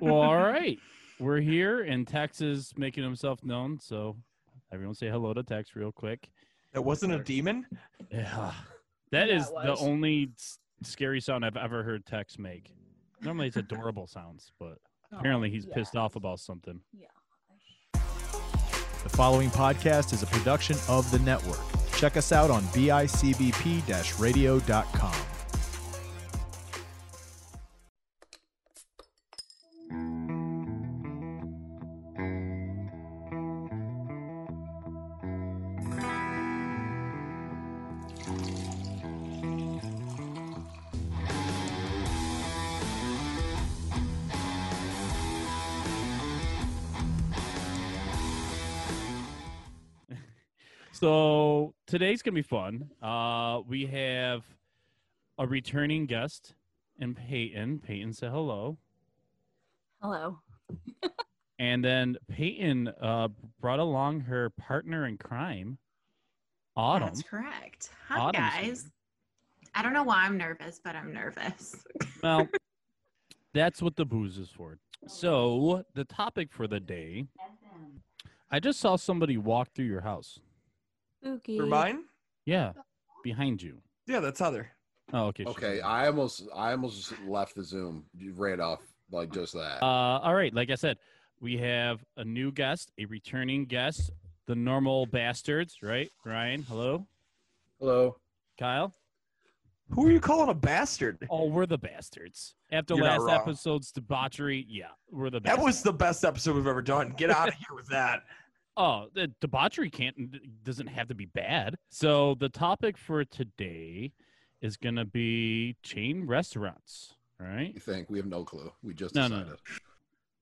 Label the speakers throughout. Speaker 1: well, all right. We're here, and Tex is making himself known. So, everyone say hello to Tex real quick.
Speaker 2: That wasn't a demon.
Speaker 1: Yeah. that
Speaker 3: Yeah,
Speaker 1: is
Speaker 3: it
Speaker 1: the
Speaker 3: was.
Speaker 1: only s- scary sound I've ever heard Tex make. Normally, it's adorable sounds, but apparently, he's
Speaker 3: Oh, yeah.
Speaker 1: pissed off about something.
Speaker 4: The following podcast is a production of the network. Check us out on bicbp radio.com.
Speaker 1: So today's gonna be fun. Uh, we have a returning guest and Peyton. Peyton, say hello.
Speaker 3: Hello.
Speaker 1: And then Peyton uh, brought along her partner in crime, Autumn.
Speaker 5: That's correct. Hi,
Speaker 1: Autumn's
Speaker 5: guys.
Speaker 1: here.
Speaker 5: I don't know why I'm nervous, but I'm nervous.
Speaker 1: Well, that's what the booze is for. So the topic for the day. I just saw somebody walk through your house.
Speaker 3: Spooky.
Speaker 2: For mine?
Speaker 1: Yeah, behind you.
Speaker 2: Yeah, that's Heather.
Speaker 1: Oh, okay. she's
Speaker 6: Okay,
Speaker 1: not.
Speaker 6: I almost I almost just left the Zoom, You ran off like just that.
Speaker 1: Uh, all right. Like I said, we have a new guest, a returning guest, the normal bastards, right? Ryan, hello.
Speaker 6: Hello.
Speaker 1: Kyle.
Speaker 2: Who are you calling a bastard?
Speaker 1: Oh, we're the bastards. After
Speaker 2: You're not
Speaker 1: last
Speaker 2: wrong.
Speaker 1: episode's debauchery, yeah, we're the
Speaker 2: That
Speaker 1: bastards.
Speaker 2: was the best episode we've ever done. Get out of here with that.
Speaker 1: Oh, the debauchery can't doesn't have to be bad. So the topic for today is gonna be chain restaurants. All right.
Speaker 6: You think we have no clue? We just
Speaker 1: No, no,
Speaker 6: decided.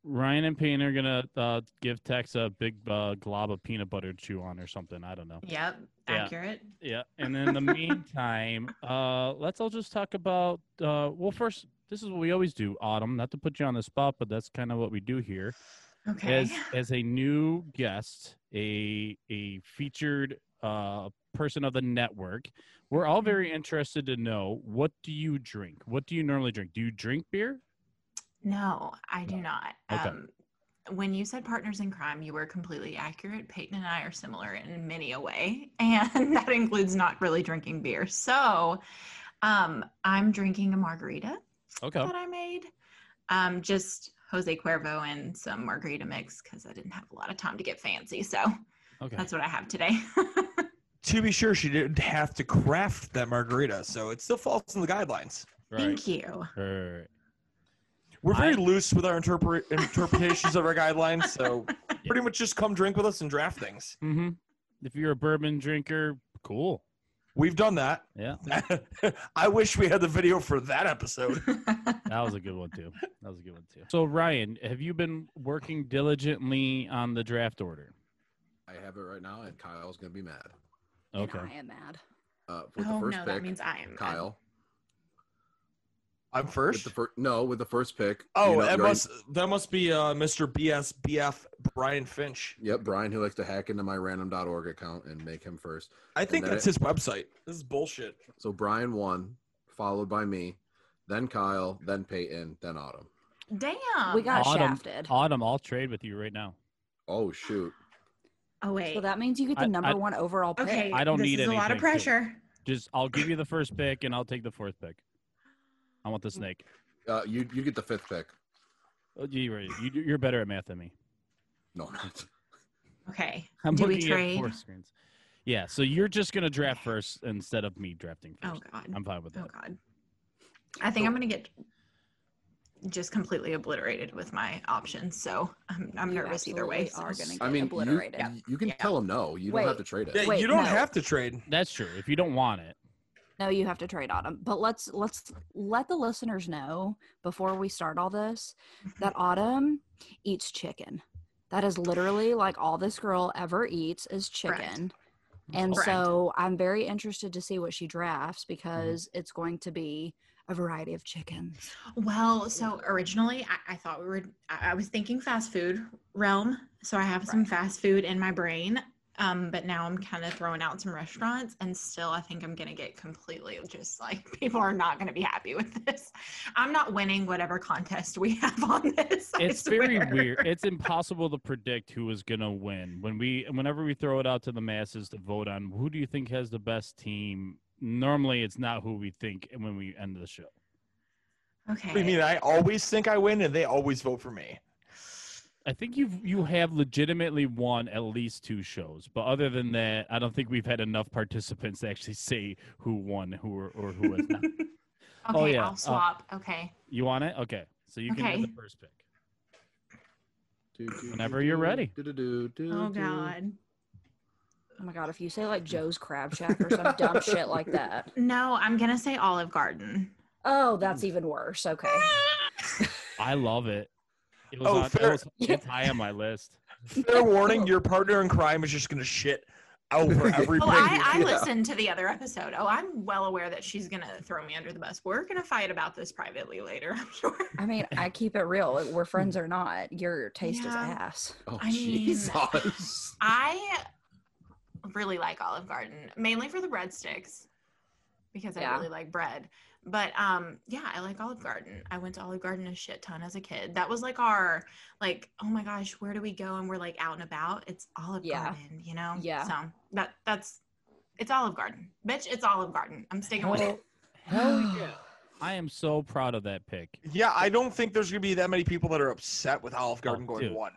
Speaker 1: Ryan and Payne are gonna uh, give Tex a big uh, glob of peanut butter to chew on or something. I don't know.
Speaker 5: Yep.
Speaker 1: Yeah.
Speaker 5: Accurate.
Speaker 1: Yeah, and then in the meantime, uh, let's all just talk about. Uh, well, first, this is what we always do, Autumn. Not to put you on the spot, but that's kind of what we do here.
Speaker 5: Okay.
Speaker 1: As as a new guest, a a featured uh, person of the network, we're all very
Speaker 5: Mm-hmm.
Speaker 1: interested to know what do you drink? What do you normally drink? Do you drink beer?
Speaker 5: No, I do
Speaker 1: No.
Speaker 5: not.
Speaker 1: Okay.
Speaker 5: Um, when you said partners in crime, you were completely accurate. Peyton and I are similar in many a way, and that includes not really drinking beer. So, um, I'm drinking a margarita
Speaker 1: Okay.
Speaker 5: that I made. Um, just Jose Cuervo and some margarita mix because I didn't have a lot of time to get fancy. So
Speaker 1: Okay.
Speaker 5: that's what I have today.
Speaker 2: To be sure, she didn't have to craft that margarita, so it still falls in the guidelines.
Speaker 1: Right.
Speaker 5: Thank you.
Speaker 1: All right.
Speaker 2: We're very
Speaker 1: I-
Speaker 2: loose with our interpre- interpretations of our guidelines, so pretty much just come drink with us and draft things.
Speaker 1: Mm-hmm. If you're a bourbon drinker, cool.
Speaker 2: We've done that.
Speaker 1: Yeah.
Speaker 2: I wish we had the video for that episode.
Speaker 1: That was a good one too. That was a good one too. So Ryan, have you been working diligently on the draft order?
Speaker 6: I have it right now, and Kyle's gonna be mad.
Speaker 3: And
Speaker 1: Okay.
Speaker 3: I am mad.
Speaker 6: Uh, with
Speaker 5: oh
Speaker 6: the first
Speaker 5: no,
Speaker 6: pick,
Speaker 5: that means I am
Speaker 6: Kyle.
Speaker 2: I'm
Speaker 6: With
Speaker 2: first.
Speaker 6: the fir- no, with the first pick.
Speaker 2: oh,
Speaker 6: you know,
Speaker 2: that
Speaker 6: you already-
Speaker 2: must that must be uh, Mr. BSBF Brian Finch.
Speaker 6: Yep, Brian, who likes to hack into my random.org account and make him first.
Speaker 2: I think
Speaker 6: then
Speaker 2: that's
Speaker 6: it-
Speaker 2: his website. This is bullshit.
Speaker 6: So Brian won, followed by me, then Kyle, then Peyton, then Autumn.
Speaker 5: Damn.
Speaker 3: We got
Speaker 1: Autumn-
Speaker 3: shafted.
Speaker 1: Autumn, I'll trade with you right now.
Speaker 6: Oh shoot!
Speaker 5: Oh wait.
Speaker 3: So that means you get
Speaker 1: I-
Speaker 3: the number
Speaker 1: I-
Speaker 3: one overall pick.
Speaker 5: okay.
Speaker 1: I don't
Speaker 5: this
Speaker 1: need
Speaker 5: is a lot
Speaker 1: anything,
Speaker 5: of
Speaker 1: too.
Speaker 5: pressure.
Speaker 1: Just I'll give you the first pick and I'll take the fourth pick. I want the
Speaker 5: Mm.
Speaker 1: snake.
Speaker 6: Uh, you you get the fifth pick.
Speaker 1: Oh, gee, Ray, you, you're better at math than me.
Speaker 6: No, I'm not.
Speaker 5: Okay.
Speaker 1: I'm
Speaker 5: Do we
Speaker 1: looking at
Speaker 5: trade? Oh,
Speaker 1: four screens. Yeah, so you're just gonna draft first instead of me drafting
Speaker 5: Oh
Speaker 1: first.
Speaker 5: god.
Speaker 1: I'm fine with
Speaker 5: Oh
Speaker 1: that.
Speaker 5: god. I think I'm gonna get just completely obliterated with my options, so I'm, I'm
Speaker 3: You
Speaker 5: nervous either way.
Speaker 3: absolutely are
Speaker 5: so-
Speaker 3: gonna
Speaker 6: I mean, you,
Speaker 3: obliterated.
Speaker 6: you can
Speaker 5: Yeah.
Speaker 6: tell him no. You don't have
Speaker 3: Wait.
Speaker 6: to trade it.
Speaker 2: Yeah,
Speaker 3: Wait,
Speaker 2: you don't
Speaker 3: no.
Speaker 2: have to trade.
Speaker 1: That's true. If you don't want it,
Speaker 3: No, you have to trade Autumn. But let's let's let the listeners know before we start all this that Autumn eats chicken. That is literally like all this girl ever eats is chicken.
Speaker 5: Correct.
Speaker 3: And
Speaker 5: Correct.
Speaker 3: so I'm very interested to see what she drafts because
Speaker 1: Mm-hmm.
Speaker 3: it's going to be a variety of chickens.
Speaker 5: Well, so originally I, I thought we were, I, I was thinking fast food realm. So I have some
Speaker 3: Right.
Speaker 5: fast food in my brain. Um, but now I'm kind of throwing out some restaurants, and still I think I'm gonna get completely just like people are not gonna be happy with this. I'm not winning whatever contest we have on this. I
Speaker 1: it's very
Speaker 5: swear.
Speaker 1: weird. It's impossible to predict who is gonna win when we whenever we throw it out to the masses to vote on who do you think has the best team. Normally, it's not who we think when we end the show.
Speaker 5: Okay.
Speaker 2: What do you mean? I always think I win, and they always vote for me.
Speaker 1: I think you have you have legitimately won at least two shows, but other than that, I don't think we've had enough participants to actually say who won, who or, or who has not.
Speaker 5: Okay,
Speaker 1: Oh, yeah, uh,
Speaker 5: I'll swap. okay.
Speaker 1: you want it? Okay, so you can have
Speaker 5: Okay.
Speaker 1: the first pick. Whenever you're ready.
Speaker 5: Oh God.
Speaker 3: Oh my god, if you say like Joe's Crab Shack or some dumb shit like that.
Speaker 5: No, I'm gonna say Olive Garden.
Speaker 3: Oh, that's even worse. Okay.
Speaker 1: I love it. It was,
Speaker 2: Oh,
Speaker 1: on, it
Speaker 2: fair-
Speaker 1: was it's high on my list.
Speaker 2: Fair warning: your partner in crime is just gonna shit out for every
Speaker 5: Oh,
Speaker 2: pick.
Speaker 5: I, I
Speaker 6: Yeah.
Speaker 5: listened to the other episode. Oh, I'm well aware that she's gonna throw me under the bus. We're gonna fight about this privately later. I'm sure.
Speaker 3: I mean, I keep it real. like, We're friends or not. Your taste is
Speaker 5: Yeah.
Speaker 3: ass.
Speaker 6: Oh,
Speaker 5: I mean-
Speaker 6: Jesus.
Speaker 5: I really like Olive Garden, mainly for the breadsticks because I
Speaker 3: Yeah.
Speaker 5: really like bread. But um, yeah, I like Olive Garden. I went to Olive Garden a shit ton as a kid. That was like our like, oh my gosh, where do we go? And we're like out and about. It's Olive
Speaker 3: Yeah.
Speaker 5: Garden, you know.
Speaker 3: Yeah.
Speaker 5: So that that's it's Olive Garden, bitch. It's Olive Garden. I'm sticking with it.
Speaker 1: Hell yeah! I am so proud of that pick.
Speaker 2: yeah, I don't think there's gonna be that many people that are upset with Olive Garden
Speaker 1: Oh,
Speaker 2: going
Speaker 1: dude.
Speaker 2: one.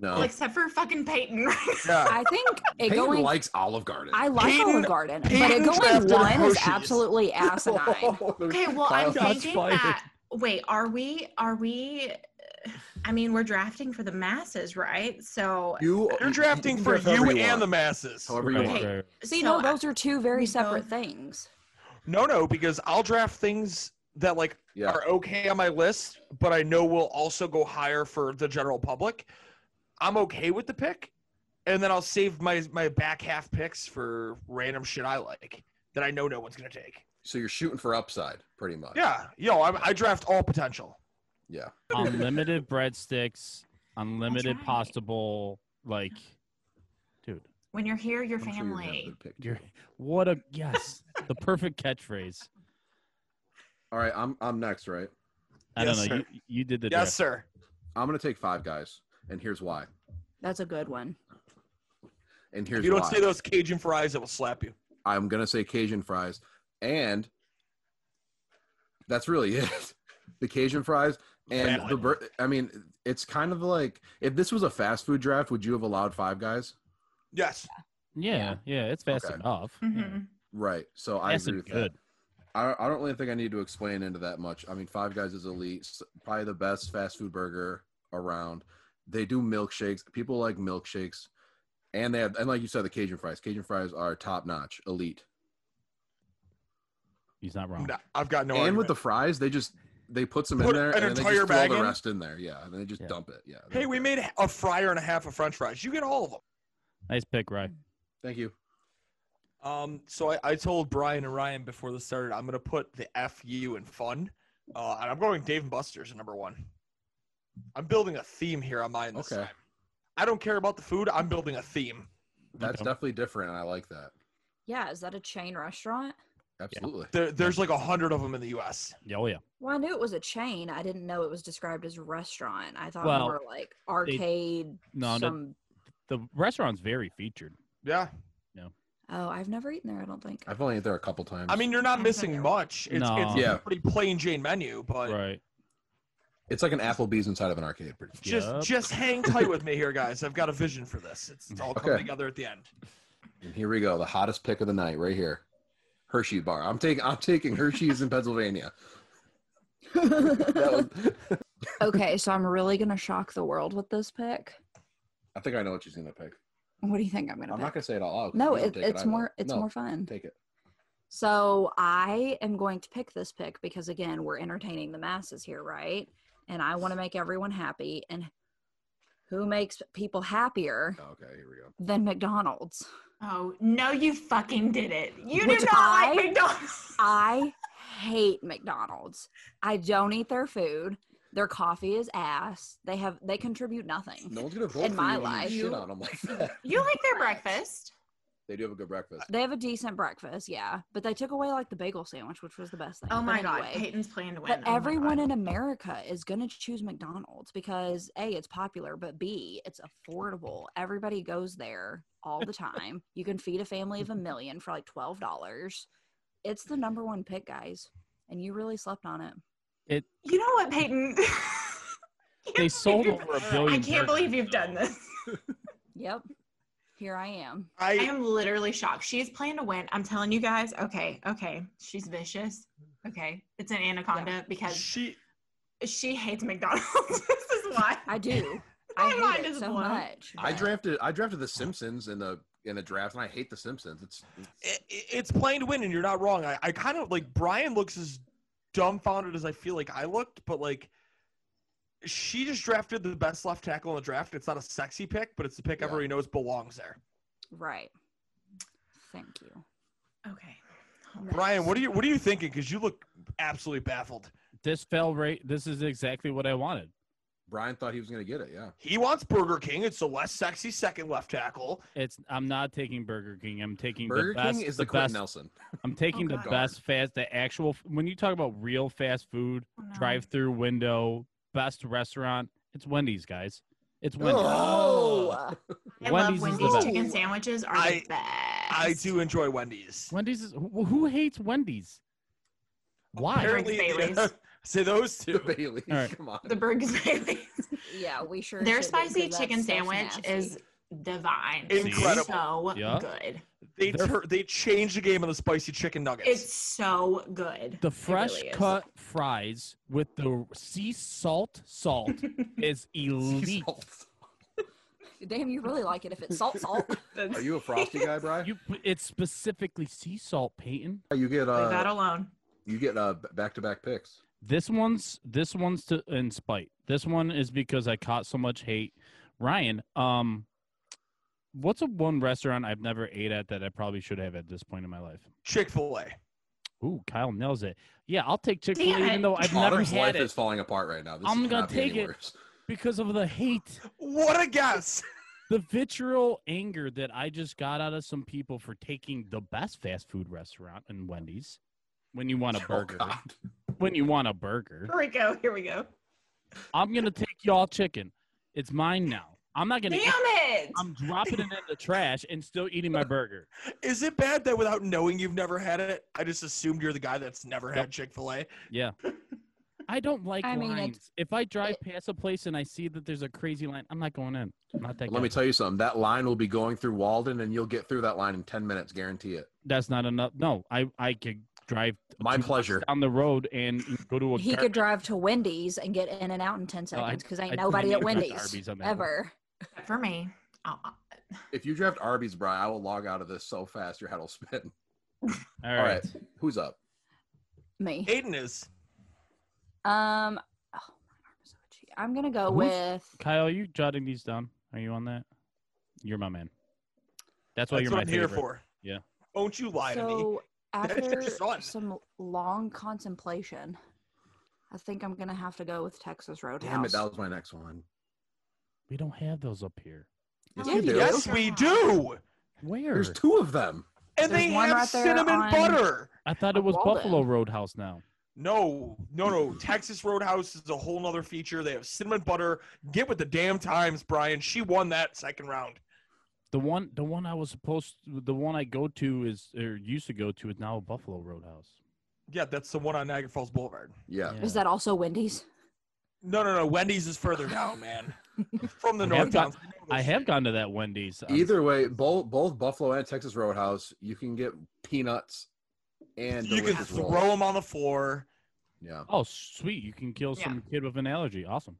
Speaker 6: No.
Speaker 5: Well, except for fucking Peyton.
Speaker 2: Yeah.
Speaker 3: I think it
Speaker 6: Uh, Peyton
Speaker 3: going.
Speaker 6: likes Olive Garden.
Speaker 3: I like
Speaker 2: Peyton-
Speaker 3: Olive Garden, but
Speaker 2: Peyton
Speaker 3: it going
Speaker 2: drafted
Speaker 3: one is
Speaker 2: Hershey's.
Speaker 3: absolutely asinine.
Speaker 5: okay, well, I'm
Speaker 1: Kyle- Shots
Speaker 5: thinking
Speaker 1: fired.
Speaker 5: that. Wait, are we? Are we? I mean, we're drafting for the masses, right? So
Speaker 6: you,
Speaker 2: You're drafting
Speaker 6: can
Speaker 2: for
Speaker 6: draft however
Speaker 2: you and the
Speaker 6: want.
Speaker 2: masses.
Speaker 6: However you
Speaker 1: Right,
Speaker 6: want.
Speaker 5: Okay.
Speaker 1: right.
Speaker 3: See,
Speaker 5: So
Speaker 3: no, those are two very
Speaker 5: we
Speaker 3: separate
Speaker 5: both-
Speaker 3: things.
Speaker 2: No, no, because I'll draft things that like
Speaker 6: Yeah.
Speaker 2: are okay on my list, but I know will also go higher for the general public. I'm okay with the pick, and then I'll save my my back half picks for random shit I like that I know no one's gonna take.
Speaker 6: So you're shooting for upside, pretty much.
Speaker 2: Yeah, yo, I, I draft all potential.
Speaker 6: Yeah.
Speaker 1: unlimited breadsticks, unlimited
Speaker 5: right.
Speaker 1: pasta bowl. Like, dude,
Speaker 5: when you're here, your
Speaker 6: I'm sure you're gonna have a
Speaker 5: family.
Speaker 6: good pick,
Speaker 1: you're
Speaker 6: too.
Speaker 1: what a yes, the perfect catchphrase.
Speaker 6: All right, I'm I'm next, right?
Speaker 1: I
Speaker 2: Yes,
Speaker 1: don't know.
Speaker 2: sir.
Speaker 1: You, you did the draft.
Speaker 2: Yes, sir.
Speaker 6: I'm gonna take five guys, and here's why.
Speaker 3: That's a good one.
Speaker 6: And
Speaker 2: If
Speaker 6: here's
Speaker 2: you don't
Speaker 6: why.
Speaker 2: say those Cajun fries, I will slap you.
Speaker 6: I'm gonna say Cajun fries, and that's really it. The Cajun fries and
Speaker 2: Valid.
Speaker 6: the bur- I mean, it's kind of like if this was a fast food draft, would you have allowed five guys?
Speaker 2: Yes.
Speaker 1: Yeah, yeah, it's fast
Speaker 6: Okay.
Speaker 1: enough.
Speaker 5: Mhm.
Speaker 6: Right. So I
Speaker 1: Fast
Speaker 6: agree
Speaker 1: and
Speaker 6: with
Speaker 1: good.
Speaker 6: that. I, I don't really think I need to explain into that much. I mean, Five Guys is elite, s- probably the best fast food burger around. They do milkshakes. People like milkshakes, and they have and like you said, the Cajun fries. Cajun fries are top notch, elite.
Speaker 1: He's not wrong.
Speaker 2: No, I've got no.
Speaker 6: and
Speaker 2: argument.
Speaker 6: with the fries, they just they put some
Speaker 2: Put
Speaker 6: in there
Speaker 2: an
Speaker 6: and then they
Speaker 2: entire
Speaker 6: just throw
Speaker 2: bag
Speaker 6: the
Speaker 2: in?
Speaker 6: rest in there. Yeah, and they just
Speaker 1: Yeah.
Speaker 6: dump it. Yeah.
Speaker 2: hey, we made a fryer and a half of French fries. You get all of them.
Speaker 1: Nice pick, Rye.
Speaker 6: Thank you.
Speaker 2: Um, so I, I told Brian and Ryan before this started, I'm gonna put the FU in fun. Uh, and I'm going Dave and Buster's at number one. I'm building a theme here on mine. This
Speaker 6: Okay.
Speaker 2: time. I don't care about the food. I'm building a theme.
Speaker 6: That's
Speaker 1: Okay.
Speaker 6: definitely different. and I like that.
Speaker 3: Yeah, is that a chain restaurant?
Speaker 6: Absolutely.
Speaker 2: There, there's like a hundred of them in the U.S.
Speaker 1: Yeah, Oh yeah.
Speaker 3: Well, I knew it was a chain. I didn't know it was described as restaurant. I thought
Speaker 1: Well,
Speaker 3: more like arcade.
Speaker 1: No, no.
Speaker 3: some.
Speaker 1: The restaurant's very featured.
Speaker 2: Yeah.
Speaker 3: Oh, I've never eaten there. I don't think.
Speaker 6: I've only ate there a couple times.
Speaker 2: I mean, you're not
Speaker 5: I'm
Speaker 2: missing
Speaker 5: familiar.
Speaker 2: much. It's, it's
Speaker 1: No.
Speaker 6: Yeah.
Speaker 2: a pretty plain Jane menu, but
Speaker 1: Right.
Speaker 6: it's like an Applebee's inside of an arcade. Pretty much.
Speaker 2: just
Speaker 1: Yep.
Speaker 2: just hang tight with me here, guys. I've got a vision for this. It's, it's all coming
Speaker 6: Okay.
Speaker 2: together at the end.
Speaker 6: And here we go. The hottest pick of the night, right here. Hershey bar. I'm taking. I'm taking Hershey's in Pennsylvania. That was-
Speaker 3: okay, so I'm really gonna shock the world with this pick.
Speaker 6: I think I know what she's gonna pick.
Speaker 3: What do you think I'm gonna
Speaker 6: I'm
Speaker 3: pick?
Speaker 6: not gonna say it all out. 'cause
Speaker 3: no,
Speaker 6: you don't
Speaker 3: it,
Speaker 6: take it, I
Speaker 3: it's
Speaker 6: will.
Speaker 3: more. It's
Speaker 6: No,
Speaker 3: more fun.
Speaker 6: Take it.
Speaker 3: So I am going to pick this pick because again, we're entertaining the masses here, right? And I want to make everyone happy. And who makes people happier
Speaker 6: Oh, okay. Here we go.
Speaker 3: than McDonald's?
Speaker 5: Oh no, you fucking did it. You
Speaker 3: Which
Speaker 5: do not
Speaker 3: I-
Speaker 5: like McDonald's.
Speaker 3: I hate McDonald's. I don't eat their food. Their coffee is ass. They have they contribute nothing.
Speaker 6: No one's gonna vote
Speaker 3: In
Speaker 6: for
Speaker 3: my
Speaker 6: you when
Speaker 3: life.
Speaker 6: you shit on them like that.
Speaker 5: You like their breakfast.
Speaker 6: They do have a good breakfast.
Speaker 3: They have a decent breakfast, yeah, but they took away like the bagel sandwich, which was the best thing.
Speaker 5: Oh
Speaker 3: But
Speaker 5: my god,
Speaker 3: anyway.
Speaker 5: Peyton's playing to win.
Speaker 3: But
Speaker 5: Oh my
Speaker 3: everyone
Speaker 5: God.
Speaker 3: in America is going to choose McDonald's because A, it's popular, but B, it's affordable. Everybody goes there all the time. you can feed a family of a million for like $12. It's the number one pick, guys. And you really slept on it.
Speaker 5: You know what, Peyton?
Speaker 1: They sold over a billion.
Speaker 5: I can't believe
Speaker 1: burgers,
Speaker 5: you've done
Speaker 1: though.
Speaker 5: this.
Speaker 3: Yep. Here I am.
Speaker 5: I
Speaker 2: I
Speaker 5: am literally shocked. She is playing to win. I'm telling you guys. Okay, okay. She's vicious. Okay, it's an anaconda because
Speaker 2: she
Speaker 5: she hates McDonald's. this is why.
Speaker 3: I do.
Speaker 5: My
Speaker 3: I
Speaker 5: mind
Speaker 3: hate it
Speaker 5: is
Speaker 3: so
Speaker 5: blown.
Speaker 3: much.
Speaker 6: I
Speaker 3: but-
Speaker 6: drafted I drafted the Simpsons in the in the draft, and I hate the Simpsons. It's,
Speaker 2: it, it's playing to win, and you're not wrong. I, I kind of like Brian looks as dumbfounded as I feel like I looked, but like she just drafted the best left tackle in the draft. It's not a sexy pick, but it's the pick
Speaker 6: Yeah.
Speaker 2: everybody knows belongs there.
Speaker 3: Right. Thank you.
Speaker 5: Okay.
Speaker 2: Brian, what are you what are you thinking? Because you look absolutely baffled.
Speaker 1: This fell right. This is exactly what I wanted.
Speaker 6: Brian thought he was gonna get it. Yeah,
Speaker 2: He wants Burger King. It's the less sexy second left tackle.
Speaker 1: It's I'm not taking Burger King. I'm taking the
Speaker 6: Burger
Speaker 1: best.
Speaker 6: King is
Speaker 1: the
Speaker 6: the Quentin
Speaker 1: best.
Speaker 6: Nelson.
Speaker 1: I'm taking the
Speaker 5: God.
Speaker 1: best fast. The actual when you talk about real fast food,
Speaker 5: Oh, no.
Speaker 1: drive-through window, best restaurant. It's Wendy's, guys. It's Wendy's.
Speaker 6: Oh.
Speaker 5: I
Speaker 1: Wendy's
Speaker 5: love
Speaker 1: is the
Speaker 5: Wendy's
Speaker 1: best.
Speaker 5: chicken sandwiches are
Speaker 2: I-
Speaker 5: the best.
Speaker 2: I do enjoy Wendy's.
Speaker 1: Wendy's is who, who hates Wendy's? Why?
Speaker 2: Apparently,
Speaker 5: Bailey's.
Speaker 2: say those
Speaker 6: The
Speaker 2: two.
Speaker 6: Bailey.
Speaker 1: All right.
Speaker 6: Come on.
Speaker 5: The Burgers Bailey's.
Speaker 3: Yeah, we sure.
Speaker 5: Their
Speaker 3: should do, 'cause
Speaker 5: spicy
Speaker 3: that
Speaker 5: chicken
Speaker 3: stuff's
Speaker 5: sandwich
Speaker 3: nasty.
Speaker 5: is divine.
Speaker 2: Incredible.
Speaker 5: It's so
Speaker 1: Yeah.
Speaker 5: good.
Speaker 2: They
Speaker 1: They're-
Speaker 2: tur- they changed the game on the spicy chicken nuggets.
Speaker 5: It's so good.
Speaker 1: The
Speaker 5: It
Speaker 1: fresh
Speaker 5: really is.
Speaker 1: cut fries with the sea salt salt is elite.
Speaker 3: Damn, you really like it if it's salt, salt.
Speaker 6: Are you a frosty guy, Brian? You,
Speaker 1: You, it's specifically sea salt, Peyton.
Speaker 6: get
Speaker 5: Leave that
Speaker 6: uh,
Speaker 5: alone.
Speaker 6: you get uh back to back picks.
Speaker 1: This one's this one's to in spite. This one is because I caught so much hate. Ryan, um, what's a one restaurant I've never ate at that I probably should have at this point in my life?
Speaker 2: Chick Fil A.
Speaker 1: Ooh, Kyle nails it. Yeah, I'll take Chick Fil A,
Speaker 5: Damn
Speaker 1: even
Speaker 5: it.
Speaker 1: though I've never
Speaker 6: Autumn's
Speaker 1: had
Speaker 6: life
Speaker 1: it
Speaker 6: is falling apart right now. This
Speaker 1: I'm
Speaker 6: cannot
Speaker 1: gonna
Speaker 6: be
Speaker 1: take
Speaker 6: any
Speaker 1: it.
Speaker 6: worse.
Speaker 1: because of the hate,
Speaker 2: What a guess!
Speaker 1: the vitriol, anger that I just got out of some people for taking the best fast food restaurant in Wendy's. When you want a
Speaker 6: Oh,
Speaker 1: burger,
Speaker 6: God.
Speaker 1: when you want a burger,
Speaker 5: Here we go. Here we go.
Speaker 1: I'm gonna take y'all chicken. It's mine now. I'm not
Speaker 5: Damn
Speaker 1: gonna. eat-
Speaker 5: it.
Speaker 1: I'm dropping it in the trash and still eating my burger.
Speaker 2: Is it bad that without knowing you've never had it, I just assumed you're the guy that's never had
Speaker 1: Nope.
Speaker 2: Chick Fil A?
Speaker 1: Yeah. I don't like
Speaker 3: I mean,
Speaker 1: lines.
Speaker 3: it's-
Speaker 1: if I drive past a place and I see that there's a crazy line, I'm not going in. I'm not that.
Speaker 6: Let me
Speaker 1: guy.
Speaker 6: tell you something. That line will be going through Walden, and you'll get through that line in ten minutes. Guarantee it.
Speaker 1: That's not enough. No, I I could drive
Speaker 6: My
Speaker 1: two blocks
Speaker 6: pleasure.
Speaker 1: down the road and go to a.
Speaker 3: he
Speaker 1: gar-
Speaker 3: could drive to Wendy's and get in and out in 10
Speaker 1: No, I-
Speaker 3: seconds because ain't
Speaker 1: I- I
Speaker 3: nobody
Speaker 1: need to go
Speaker 3: at
Speaker 1: to
Speaker 3: Wendy's
Speaker 1: Arby's on that one.
Speaker 3: ever.
Speaker 5: Except For me. I'll- I'll-
Speaker 6: If you draft Arby's, Brian, I will log out of this so fast your head will spin.
Speaker 1: All
Speaker 6: All
Speaker 1: right.
Speaker 6: right. Who's up?
Speaker 3: Me.
Speaker 2: Aiden is.
Speaker 3: Um, oh, my arm is so itchy. I'm going to go
Speaker 1: Who's-
Speaker 3: with.
Speaker 1: Kyle, are you jotting these down? Are you on that? You're my man. That's why
Speaker 2: That's
Speaker 1: you're
Speaker 2: what
Speaker 1: my
Speaker 2: I'm
Speaker 1: favorite.
Speaker 2: here for.
Speaker 1: Yeah.
Speaker 2: Don't you lie to me.
Speaker 3: So after
Speaker 2: just on.
Speaker 3: some long contemplation, I think I'm going to have to go with Texas Roadhouse.
Speaker 6: Damn it, that was my next one.
Speaker 1: We don't have those up here.
Speaker 6: Yes,
Speaker 5: Yeah,
Speaker 6: you
Speaker 5: you
Speaker 6: do.
Speaker 5: do.
Speaker 2: Yes, we do.
Speaker 1: Where?
Speaker 6: There's two of them.
Speaker 2: And
Speaker 3: There's
Speaker 2: they
Speaker 3: one
Speaker 2: have
Speaker 3: right there
Speaker 2: cinnamon
Speaker 3: on-
Speaker 2: butter.
Speaker 1: I thought it
Speaker 3: on
Speaker 1: was
Speaker 3: Walden.
Speaker 1: Buffalo Roadhouse now.
Speaker 2: No, no, no. Texas Roadhouse is a whole nother feature. They have cinnamon butter. Get with the damn times, Brian. She won that second round.
Speaker 1: The one the one I was supposed to, the one I go to is or used to go to is now a Buffalo Roadhouse.
Speaker 2: Yeah, that's the one on Niagara Falls Boulevard.
Speaker 6: Yeah.
Speaker 3: Is that also Wendy's?
Speaker 2: No, no, no. Wendy's is further down, man. From the
Speaker 1: I
Speaker 2: north
Speaker 1: have
Speaker 2: towns.
Speaker 1: got- I have gone to that Wendy's. on-
Speaker 6: Either way, both both Buffalo and Texas Roadhouse, you can get peanuts and
Speaker 2: You can
Speaker 6: delicious rolls.
Speaker 2: throw them on the floor.
Speaker 6: Yeah.
Speaker 1: Oh, sweet! You can kill
Speaker 5: Yeah.
Speaker 1: some kid with an allergy. Awesome.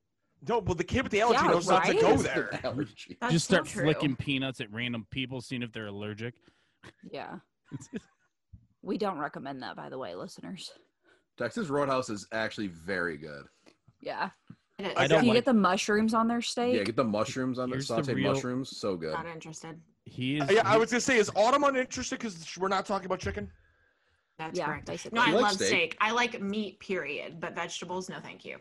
Speaker 2: No, but the kid with the allergy
Speaker 3: Yeah,
Speaker 2: knows not to
Speaker 3: right?
Speaker 2: go
Speaker 6: It's an
Speaker 2: there. Uh,
Speaker 6: allergy.
Speaker 5: That's
Speaker 1: Just
Speaker 5: so
Speaker 1: start
Speaker 5: true.
Speaker 1: flicking peanuts at random people, seeing if they're allergic.
Speaker 3: Yeah. we don't recommend that, by the way, listeners.
Speaker 6: Texas Roadhouse is actually very good.
Speaker 3: Yeah.
Speaker 5: It is.
Speaker 2: I
Speaker 1: I don't
Speaker 3: you
Speaker 1: like.
Speaker 3: get the mushrooms on their steak.
Speaker 6: Yeah, get the mushrooms on the
Speaker 1: Here's the
Speaker 6: sauteed
Speaker 1: real-
Speaker 6: mushrooms. So good.
Speaker 5: Not interested.
Speaker 1: He is.
Speaker 2: Yeah, I was gonna say, is Autumn uninterested because we're not talking about chicken?
Speaker 5: That's
Speaker 3: Yeah,
Speaker 5: correct.
Speaker 3: basically.
Speaker 5: No,
Speaker 6: You
Speaker 5: I
Speaker 6: like
Speaker 5: love
Speaker 6: steak?
Speaker 5: steak. I like meat, period, but vegetables, no thank you.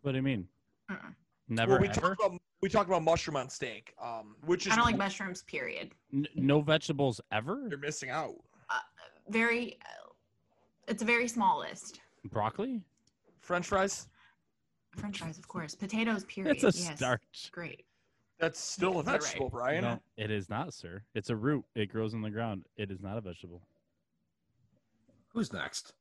Speaker 1: What do you mean?
Speaker 5: Mm-mm.
Speaker 1: Never
Speaker 2: well, we
Speaker 1: ever.
Speaker 2: talked about we talked about mushroom on steak, um, which is
Speaker 5: I don't like mushrooms. Period.
Speaker 1: N- no vegetables ever.
Speaker 2: You're missing out.
Speaker 5: Very. Uh, it's a very small list.
Speaker 1: Broccoli.
Speaker 2: French fries.
Speaker 5: French fries, of course. Potatoes. Period.
Speaker 1: It's a
Speaker 5: yes.
Speaker 1: starch.
Speaker 5: Great.
Speaker 2: That's still a
Speaker 5: Yeah, you're
Speaker 2: vegetable,
Speaker 1: No,
Speaker 2: Brian.
Speaker 1: it is not, sir. It's a root. It grows in the ground. It is not a vegetable.
Speaker 6: Who's next?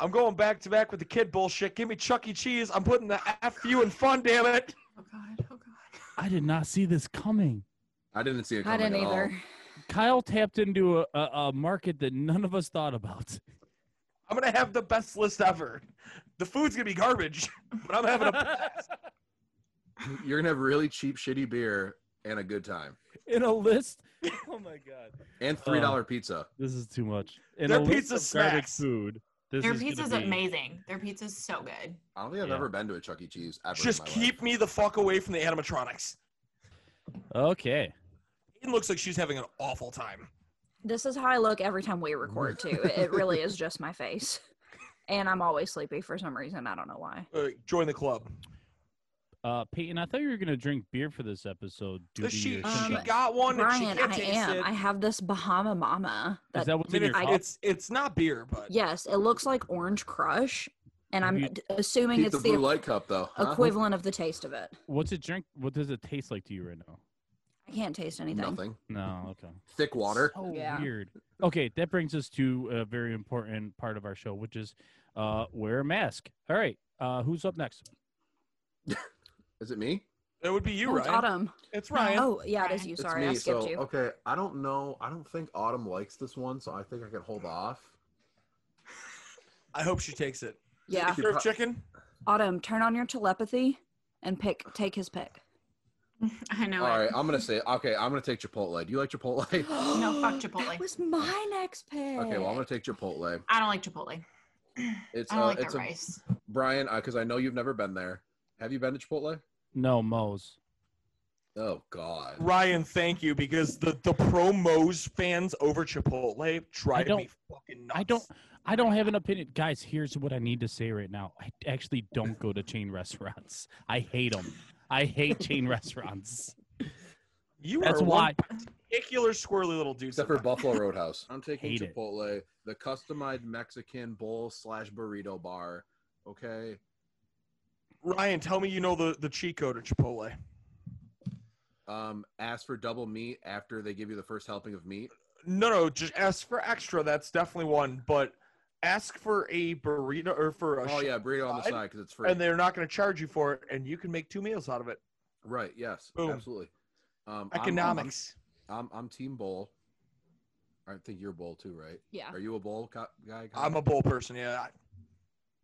Speaker 2: I'm going back to back with the kid bullshit. Give me Chuck E. Cheese. I'm putting the F you in fun, damn it.
Speaker 5: Oh God. Oh God.
Speaker 1: I did not see this coming.
Speaker 6: I didn't see it
Speaker 3: I
Speaker 6: coming
Speaker 3: didn't
Speaker 6: at all.
Speaker 3: either.
Speaker 1: Kyle tapped into a, a, a market that none of us thought about.
Speaker 2: I'm gonna have the best list ever. The food's gonna be garbage, but I'm having a blast.
Speaker 6: You're gonna have really cheap, shitty beer and a good time,
Speaker 1: in a list. Oh my god,
Speaker 6: and three dollar pizza.
Speaker 1: this is too much. In
Speaker 2: Their
Speaker 1: a list
Speaker 2: pizza
Speaker 1: of garbage
Speaker 2: smacks.
Speaker 1: food. This
Speaker 5: Their
Speaker 1: is gonna
Speaker 5: pizza's
Speaker 1: be-
Speaker 5: amazing. Their pizza's so good.
Speaker 6: I don't think I've
Speaker 1: Yeah.
Speaker 6: ever been to a Chuck E. Cheese ever. in
Speaker 2: Just
Speaker 6: my
Speaker 2: keep
Speaker 6: life.
Speaker 2: me the fuck away from the animatronics.
Speaker 1: Okay,
Speaker 2: It looks like she's having an awful time.
Speaker 3: This is how I look every time we record too. It- It really is just my face. And I'm always sleepy for some reason. I don't know why.
Speaker 2: Uh, join the club.
Speaker 1: uh, Peyton, I thought you were gonna drink beer for this episode. Due to
Speaker 2: she
Speaker 1: your
Speaker 3: Um,
Speaker 2: she
Speaker 1: symptoms.
Speaker 2: got one and she
Speaker 3: Brian,
Speaker 2: can't
Speaker 3: I
Speaker 2: taste
Speaker 3: am.
Speaker 2: it.
Speaker 3: I have this Bahama Mama.
Speaker 1: is that what's
Speaker 2: I mean,
Speaker 1: in your
Speaker 2: it's,
Speaker 1: cup?
Speaker 2: it's it's not beer, but
Speaker 3: yes, it looks like Orange Crush, and I'm
Speaker 1: You-
Speaker 3: d- assuming
Speaker 6: keep
Speaker 3: it's
Speaker 6: the blue
Speaker 3: the
Speaker 6: light cup though. huh?
Speaker 3: equivalent of the taste of it.
Speaker 1: What's it drink? What does it taste like to you right now?
Speaker 3: I can't taste anything.
Speaker 6: Nothing.
Speaker 1: No, okay.
Speaker 6: Thick water.
Speaker 2: Oh,
Speaker 1: So
Speaker 3: Yeah.
Speaker 1: weird. Okay, that brings us to a very important part of our show, which is uh, wear a mask. All right, uh, who's up next?
Speaker 6: Is it me?
Speaker 2: it would be you,
Speaker 3: Oh, it's
Speaker 2: Ryan.
Speaker 3: Autumn.
Speaker 2: It's Ryan.
Speaker 3: Oh, yeah, it is you.
Speaker 6: It's
Speaker 3: Sorry,
Speaker 6: me.
Speaker 3: I skipped
Speaker 6: so
Speaker 3: you.
Speaker 6: okay, I don't know. I don't think Autumn likes this one, so I think I can hold off.
Speaker 2: I hope she takes it.
Speaker 3: Yeah,
Speaker 6: She
Speaker 2: Serve
Speaker 6: pro-
Speaker 2: chicken.
Speaker 3: Autumn, turn on your telepathy and pick. Take his pick.
Speaker 5: I know.
Speaker 6: All
Speaker 5: it.
Speaker 6: right, I'm gonna say okay. I'm gonna take Chipotle. Do you like Chipotle? okay,
Speaker 5: No, fuck Chipotle.
Speaker 3: That was my next pick.
Speaker 6: well, I'm gonna take Chipotle.
Speaker 5: I don't like Chipotle.
Speaker 6: It's
Speaker 5: I don't
Speaker 6: uh,
Speaker 5: like
Speaker 6: it's
Speaker 5: that
Speaker 6: a
Speaker 5: rice.
Speaker 6: Brian because I know you've never been there. Have you been to Chipotle?
Speaker 1: No, Moe's.
Speaker 6: Oh God.
Speaker 2: Ryan, thank you because the the promos fans over Chipotle
Speaker 1: I
Speaker 2: drive
Speaker 1: don't-
Speaker 2: me fucking nuts.
Speaker 1: I don't I don't have an opinion. Guys, here's what I need to say right now. I actually don't go to chain restaurants. I hate them. I hate chain restaurants.
Speaker 2: You
Speaker 1: That's
Speaker 2: are
Speaker 1: why.
Speaker 2: one particular squirrely little dude.
Speaker 6: Except for
Speaker 2: sometimes.
Speaker 6: Buffalo Roadhouse. I'm taking
Speaker 1: Hate it.
Speaker 6: Chipotle, the customized Mexican bowl slash burrito bar. Okay.
Speaker 2: Ryan, tell me you know the the cheat code at Chipotle.
Speaker 6: Um, ask for double meat after they give you the first helping of meat.
Speaker 2: No, no, just ask for extra. That's definitely one. But ask for a burrito or for a
Speaker 6: Oh
Speaker 2: sh-
Speaker 6: yeah, burrito on the
Speaker 2: side,
Speaker 6: side because it's free.
Speaker 2: and they're not going to charge you for it, and you can make two meals out of it.
Speaker 6: right. Yes.
Speaker 2: Boom.
Speaker 6: Absolutely. Um, I'm- I'm-
Speaker 2: Economics.
Speaker 6: I'm, I'm, team bowl. I think you're bowl too, right?
Speaker 3: yeah.
Speaker 6: Are you a bowl co- guy?
Speaker 2: I'm, a bowl person. Yeah,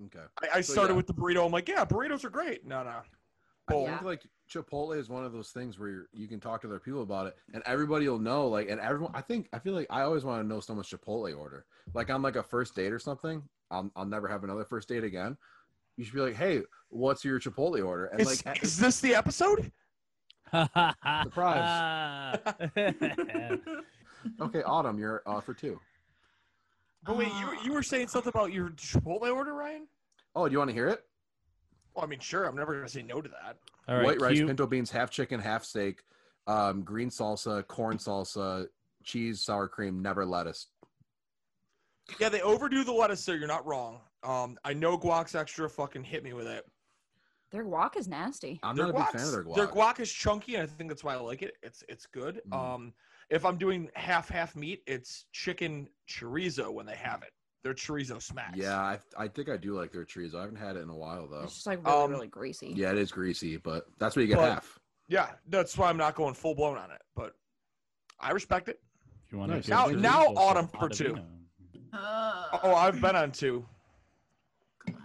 Speaker 6: a okay.
Speaker 2: I, I
Speaker 6: So,
Speaker 2: started
Speaker 6: yeah.
Speaker 2: with the burrito. I'm like, yeah, burritos are great. No, no, bowl.
Speaker 6: I think like Chipotle is one of those things where you're, you can talk to other people about it, and everybody will know. Like, and everyone, I think I feel like I always want to know someone's Chipotle order. Like, on like a first date or something. I'll, I'll never have another first date again. You should be like, hey, what's your Chipotle order? And
Speaker 2: Is,
Speaker 6: like,
Speaker 2: is this the episode?
Speaker 1: Surprise.
Speaker 6: okay, Autumn, you're uh, for two.
Speaker 2: But wait, you, you were saying something about your Chipotle order, Ryan?
Speaker 6: Oh, do you want to hear it?
Speaker 2: Well, I mean, sure. I'm never going to say no to that.
Speaker 1: All right.
Speaker 6: White rice,
Speaker 1: cue-
Speaker 6: pinto beans, half chicken, half steak, um, green salsa, corn salsa, cheese, sour cream, never lettuce.
Speaker 2: Yeah, they overdo the lettuce, so you're not wrong. Um, I know guac's extra. Fucking hit me with it.
Speaker 3: Their walk is nasty.
Speaker 6: I'm
Speaker 2: Their
Speaker 6: not a big
Speaker 2: guac's-
Speaker 6: fan of their guac.
Speaker 2: is chunky, and I think that's why I like it. It's it's good.
Speaker 6: Mm.
Speaker 2: Um, if I'm doing half half meat, it's chicken chorizo when they have it. Their chorizo smacks.
Speaker 6: Yeah, I, I think I do like their chorizo. I haven't had it in a while though.
Speaker 3: It's just like really,
Speaker 2: Um,
Speaker 3: really greasy.
Speaker 6: Yeah, it is greasy, but that's what you get
Speaker 2: But-
Speaker 6: half.
Speaker 2: yeah. That's why I'm not going full blown on it, but I respect it.
Speaker 1: if you wanna
Speaker 6: Nice.
Speaker 1: give
Speaker 6: Now-
Speaker 1: your
Speaker 2: now
Speaker 1: results,
Speaker 2: autumn
Speaker 1: it's
Speaker 2: for two.
Speaker 1: Ottavino.
Speaker 5: Ugh.
Speaker 2: Oh, I've been on two.
Speaker 5: God.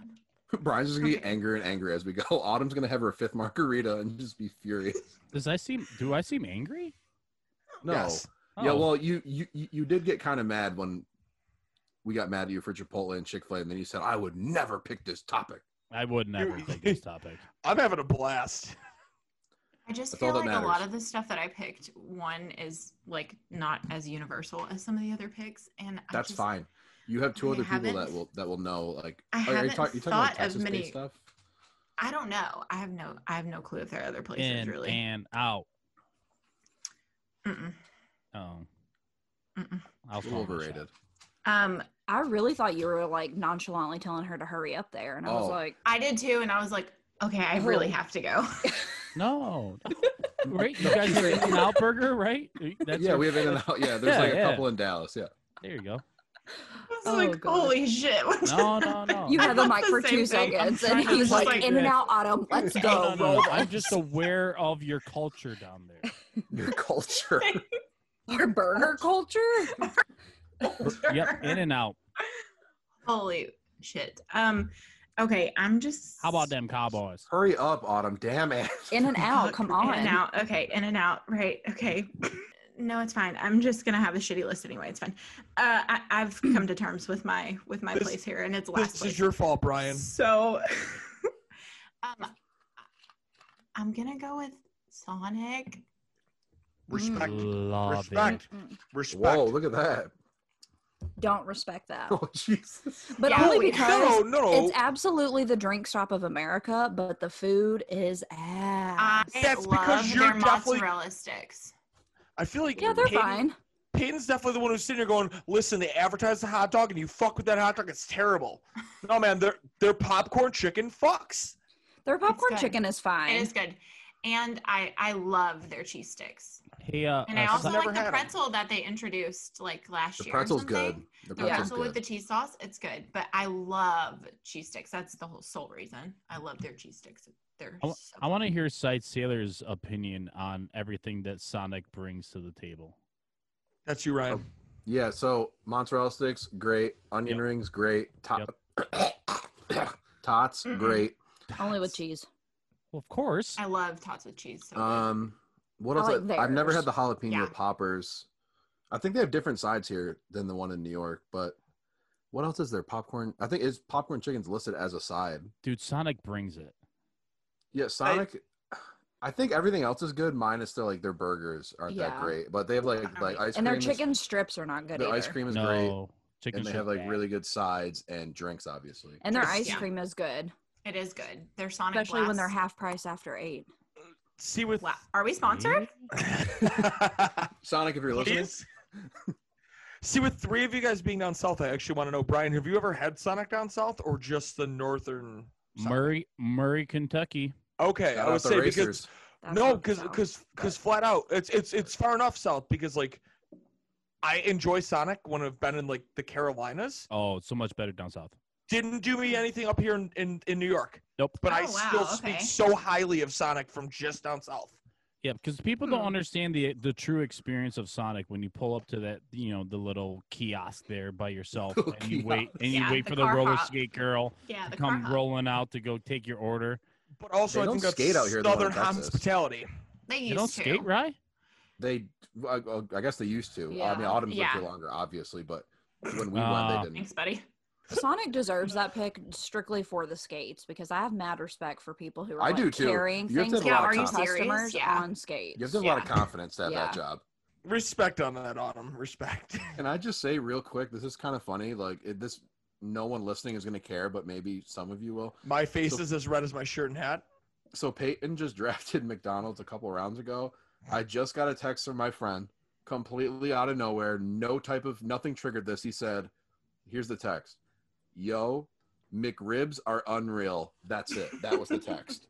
Speaker 6: Brian's just gonna get
Speaker 5: Okay.
Speaker 6: angrier and angrier as we go. Autumn's gonna have her fifth margarita and just be furious.
Speaker 1: Does I seem do I seem angry?
Speaker 6: No.
Speaker 2: Yes.
Speaker 6: Yeah,
Speaker 1: Oh,
Speaker 6: well, you you you you did get kind of mad when we got mad at you for Chipotle and Chick Fil A, and then you said I would never pick this topic.
Speaker 1: I would never
Speaker 2: You-
Speaker 1: take this topic.
Speaker 2: I'm having a blast.
Speaker 5: I just
Speaker 6: That's all
Speaker 5: feel
Speaker 6: that
Speaker 5: like a lot
Speaker 6: matters.
Speaker 5: of the stuff that I picked, one is like not as universal as some of the other picks, and I
Speaker 6: That's
Speaker 5: just-
Speaker 6: fine. You have two
Speaker 5: I
Speaker 6: other people that
Speaker 5: haven't-
Speaker 6: will that will know. Like,
Speaker 5: I
Speaker 6: are you,
Speaker 5: haven't
Speaker 6: talk, you talking about
Speaker 5: thought of
Speaker 6: Texas-based
Speaker 5: many-
Speaker 6: stuff?
Speaker 5: I don't know. I have no. I have no clue if there are other places.
Speaker 1: in
Speaker 5: really.
Speaker 1: and out.
Speaker 5: Mm-mm,
Speaker 1: Oh,
Speaker 5: mm-mm.
Speaker 1: I'll call him a shot.
Speaker 6: Overrated.
Speaker 5: Um,
Speaker 3: I really thought you were like nonchalantly telling her to hurry up there, and I
Speaker 6: Oh.
Speaker 3: was like,
Speaker 5: I did too, and I was like, okay, I really
Speaker 3: Oh.
Speaker 5: have to go.
Speaker 1: No, right? You guys have In and Out Burger, right? That's
Speaker 6: yeah,
Speaker 1: your-
Speaker 6: we have in and out. Yeah, there's
Speaker 1: Yeah,
Speaker 6: like a
Speaker 1: yeah.
Speaker 6: couple in Dallas. Yeah.
Speaker 1: There you go.
Speaker 5: I was
Speaker 3: Oh,
Speaker 5: like,
Speaker 3: God.
Speaker 5: holy shit! what just
Speaker 1: No, no, no.
Speaker 3: "You
Speaker 5: Oh. I
Speaker 3: had the
Speaker 5: thought
Speaker 3: mic
Speaker 5: the
Speaker 3: for
Speaker 5: same
Speaker 3: two
Speaker 5: thing. I'm
Speaker 3: seconds,"
Speaker 5: trying
Speaker 3: and
Speaker 5: to
Speaker 3: he's
Speaker 5: just,
Speaker 3: like,
Speaker 5: like,
Speaker 3: "In and
Speaker 1: this.
Speaker 3: out, Autumn. Let's
Speaker 1: No, no,
Speaker 3: go."
Speaker 1: no, no. I'm just aware of your culture down there.
Speaker 6: Your culture.
Speaker 3: Our burger culture.
Speaker 5: happened?"
Speaker 1: Yep, In and Out.
Speaker 5: Holy shit. Um, okay, I'm just.
Speaker 1: How about them Cowboys?
Speaker 6: Hurry up, Autumn. Damn it.
Speaker 3: In and out.
Speaker 5: Fuck,
Speaker 3: Come on.
Speaker 5: In and out. Okay, in and out. Right. Okay. No, it's fine. I'm just gonna have a shitty list anyway. It's fine. Uh, I, I've come to terms with my with my
Speaker 2: This-
Speaker 5: place here, and it's last
Speaker 2: This
Speaker 5: place.
Speaker 2: is your fault, Brian.
Speaker 5: So, um, I'm gonna go with Sonic.
Speaker 2: Respect.
Speaker 1: Mm. Love
Speaker 2: Respect.
Speaker 3: Mm-mm.
Speaker 2: Respect.
Speaker 6: Whoa, look at that.
Speaker 3: Mm, Don't respect that.
Speaker 6: Oh, Jesus.
Speaker 3: But
Speaker 5: Yeah.
Speaker 3: only
Speaker 5: No,
Speaker 3: because
Speaker 2: no, no, no.
Speaker 3: It's absolutely the drink stop of America, but the food is
Speaker 5: I
Speaker 3: ass.
Speaker 2: That's
Speaker 5: love
Speaker 2: because you're
Speaker 5: their
Speaker 2: definitely-
Speaker 5: mozzarella sticks.
Speaker 2: I feel like
Speaker 3: yeah, they're
Speaker 2: Peyton-
Speaker 3: fine.
Speaker 2: Peyton's definitely the one who's sitting there going, "Listen, they advertise the hot dog, and you fuck with that hot dog. It's terrible." no, man, their their popcorn chicken fucks.
Speaker 3: Their popcorn
Speaker 5: good.
Speaker 3: chicken is fine.
Speaker 5: It is good, and I I love their cheese sticks.
Speaker 1: Hey, uh,
Speaker 5: And
Speaker 1: uh,
Speaker 5: I
Speaker 1: so-
Speaker 5: also
Speaker 2: Never
Speaker 5: like
Speaker 2: had
Speaker 5: the
Speaker 2: 'em.
Speaker 5: pretzel that they introduced like last
Speaker 6: The
Speaker 5: year. or
Speaker 6: pretzel's
Speaker 5: something.
Speaker 6: good. The
Speaker 5: The
Speaker 3: Yeah.
Speaker 6: pretzel's
Speaker 5: pretzel with the
Speaker 6: good.
Speaker 5: cheese sauce, it's good. But I love cheese sticks. That's the whole sole reason. I love their cheese sticks. They're
Speaker 1: I,
Speaker 5: so
Speaker 1: want to hear Sight Sailor's opinion on everything that Sonic brings to the table.
Speaker 2: That's you, Ryan.
Speaker 6: Yeah, so mozzarella sticks, great. Onion
Speaker 1: Yep.
Speaker 6: rings, great. Tot- Tots,
Speaker 5: Mm-mm.
Speaker 6: great.
Speaker 3: Only with cheese.
Speaker 1: Well, of course.
Speaker 5: I love tots with cheese. So good.
Speaker 6: Um, what
Speaker 3: I
Speaker 6: else?
Speaker 3: like
Speaker 6: I, have never had the
Speaker 3: theirs.
Speaker 6: jalapeno
Speaker 5: Yeah.
Speaker 6: poppers. I think they have different sides here than the one in New York. But what else is there? Popcorn. I think is popcorn chicken's listed as a side.
Speaker 1: Dude, Sonic brings it.
Speaker 6: Yeah, Sonic. I, think everything else is good, minus their like their burgers aren't that
Speaker 3: Yeah.
Speaker 6: great. But they have like
Speaker 5: don't
Speaker 6: like
Speaker 5: know.
Speaker 6: ice
Speaker 3: And their
Speaker 6: cream. is-
Speaker 3: chicken strips are not good
Speaker 6: their
Speaker 3: either.
Speaker 6: ice cream is great,
Speaker 1: No, chicken
Speaker 6: and they
Speaker 1: strip
Speaker 6: have like
Speaker 1: bag.
Speaker 6: really good sides and drinks, obviously.
Speaker 3: And their
Speaker 2: Yes.
Speaker 3: ice
Speaker 5: Yeah.
Speaker 3: cream is good,
Speaker 5: it is good. They're Sonic
Speaker 3: especially when they're
Speaker 5: Blast.
Speaker 3: half price after eight.
Speaker 2: See with
Speaker 5: Wow. Are we sponsored?
Speaker 6: Sonic, if you're listening,
Speaker 2: Please? See, with three of you guys being down south, I actually want to know, Brian, have you ever had Sonic down south or just the northern? Sonic?
Speaker 1: Murray, Murray, Kentucky.
Speaker 2: Okay,
Speaker 6: shout
Speaker 2: I
Speaker 6: out
Speaker 2: would
Speaker 6: the
Speaker 2: say because
Speaker 6: racers.
Speaker 3: That's
Speaker 2: no,
Speaker 3: what-
Speaker 2: because
Speaker 3: so.
Speaker 2: because because flat out, it's it's it's far enough south because like I enjoy Sonic when I've been in like the Carolinas.
Speaker 1: Oh, it's so much better down south.
Speaker 2: Didn't do me anything up here in in, in New York.
Speaker 1: Nope.
Speaker 2: But I
Speaker 5: Oh, wow,
Speaker 2: still speak
Speaker 5: okay.
Speaker 2: so highly of Sonic from just down south.
Speaker 1: Yeah, because people don't
Speaker 5: Hmm.
Speaker 1: understand the the true experience of Sonic when you pull up to that you know the little kiosk there by yourself
Speaker 6: Little
Speaker 1: and you wait and you
Speaker 5: Yeah,
Speaker 1: wait
Speaker 5: the
Speaker 1: for the
Speaker 5: car
Speaker 1: roller
Speaker 5: hop.
Speaker 1: skate girl
Speaker 5: Yeah,
Speaker 1: to
Speaker 5: the
Speaker 1: come
Speaker 5: car hop.
Speaker 1: rolling out to go take your order.
Speaker 2: But also,
Speaker 6: They
Speaker 2: I
Speaker 6: don't
Speaker 2: think that's
Speaker 6: skate out here, though, in
Speaker 2: southern
Speaker 6: Texas.
Speaker 2: hospitality.
Speaker 5: They used
Speaker 1: You don't
Speaker 5: to.
Speaker 1: skate, right?
Speaker 6: They, I, I guess they used to. I mean,
Speaker 3: Yeah.
Speaker 6: Autumn's lived
Speaker 5: Yeah.
Speaker 6: here longer, obviously, but when we
Speaker 1: Ah.
Speaker 6: went, they
Speaker 5: Thanks,
Speaker 6: didn't.
Speaker 5: buddy.
Speaker 3: Sonic deserves that pick strictly for the skates because I have mad respect for people who are
Speaker 6: I
Speaker 3: like,
Speaker 6: do too.
Speaker 3: carrying
Speaker 6: You have to
Speaker 3: things
Speaker 6: have a lot
Speaker 3: out
Speaker 6: of
Speaker 3: to
Speaker 6: confidence.
Speaker 5: Are you serious?
Speaker 3: customers
Speaker 5: Yeah.
Speaker 3: on skates.
Speaker 6: You have to have a lot of confidence to have that
Speaker 3: Yeah.
Speaker 6: job.
Speaker 2: Respect on that, Autumn. Respect.
Speaker 6: Can I just say real quick? This is kind of funny. Like it, this, no one listening is going to care, but maybe some of you will.
Speaker 2: My face
Speaker 6: So-
Speaker 2: is as red as my shirt and hat.
Speaker 6: So Peyton just drafted McDonald's a couple rounds ago. I just got a text from my friend, completely out of nowhere. No type of nothing triggered this. He said, "Here's the text. Yo, McRibs are unreal. That's it. That was the text.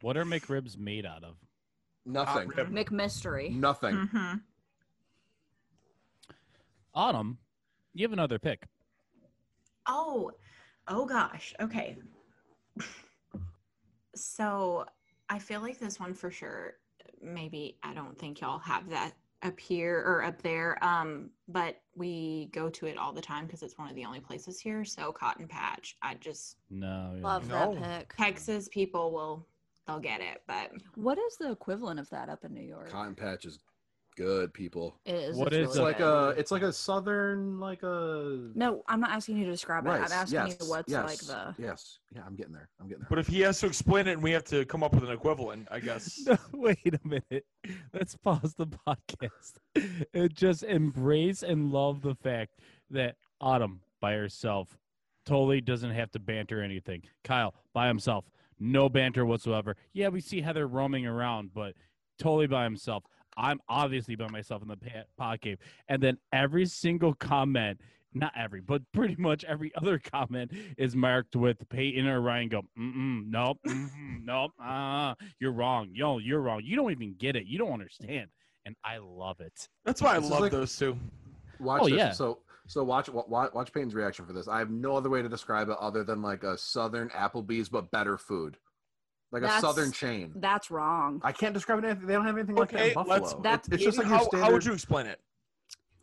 Speaker 1: What are McRibs made out of?
Speaker 6: Nothing.
Speaker 2: Hot rib.
Speaker 3: McMystery.
Speaker 6: Nothing.
Speaker 5: hmm
Speaker 1: Autumn, you have another pick.
Speaker 5: Oh, oh gosh. Okay. So I feel like this one for sure. Maybe I don't think y'all have that up here or up there. Um, but we go to it all the time because it's one of the only places here. So Cotton Patch. I just
Speaker 1: No. yeah.
Speaker 3: Love
Speaker 2: No.
Speaker 3: that pick.
Speaker 5: Texas people will they'll get it, but
Speaker 3: What is the equivalent of that up in New York?
Speaker 6: Cotton Patch is good, people.
Speaker 3: It is.
Speaker 1: What
Speaker 3: it's
Speaker 1: is
Speaker 6: It's
Speaker 1: So-
Speaker 3: really
Speaker 6: like
Speaker 3: good.
Speaker 6: a, it's like a southern, like a.
Speaker 3: No, I'm not asking you to describe it.
Speaker 6: Rice,
Speaker 3: I'm asking
Speaker 6: yes,
Speaker 3: you what's
Speaker 6: yes,
Speaker 3: like the.
Speaker 6: yes yeah i'm getting there i'm getting there
Speaker 2: But if he has to explain it and we have to come up with an equivalent, I guess.
Speaker 1: No, wait a minute. Let's pause the podcast Uh, and just embrace and love the fact that Autumn by herself Totally doesn't have to banter anything. Kyle by himself, no banter whatsoever. Yeah, we see Heather roaming around, but totally by himself. I'm obviously by myself in the pa- pod cave. And then every single comment, not every, but pretty much every other comment is marked with Peyton or Ryan go, mm-mm, nope, mm-mm, nope, uh, you're wrong. Yo, you're wrong. You don't even get it. You don't understand. And I love it.
Speaker 2: That's why I
Speaker 6: This is
Speaker 2: love
Speaker 6: like-
Speaker 2: those two.
Speaker 6: Watch
Speaker 1: Oh,
Speaker 6: this.
Speaker 1: yeah.
Speaker 6: So so watch wa- wa- watch Peyton's reaction for this. I have no other way to describe it other than like a southern Applebee's but better food, like
Speaker 3: That's-
Speaker 6: a southern chain.
Speaker 3: That's wrong.
Speaker 6: I can't describe it. They don't have anything like that in
Speaker 2: Okay,
Speaker 6: Buffalo.
Speaker 2: let's-
Speaker 6: It's- it's just like your
Speaker 2: how,
Speaker 6: standard.
Speaker 2: how would you explain it?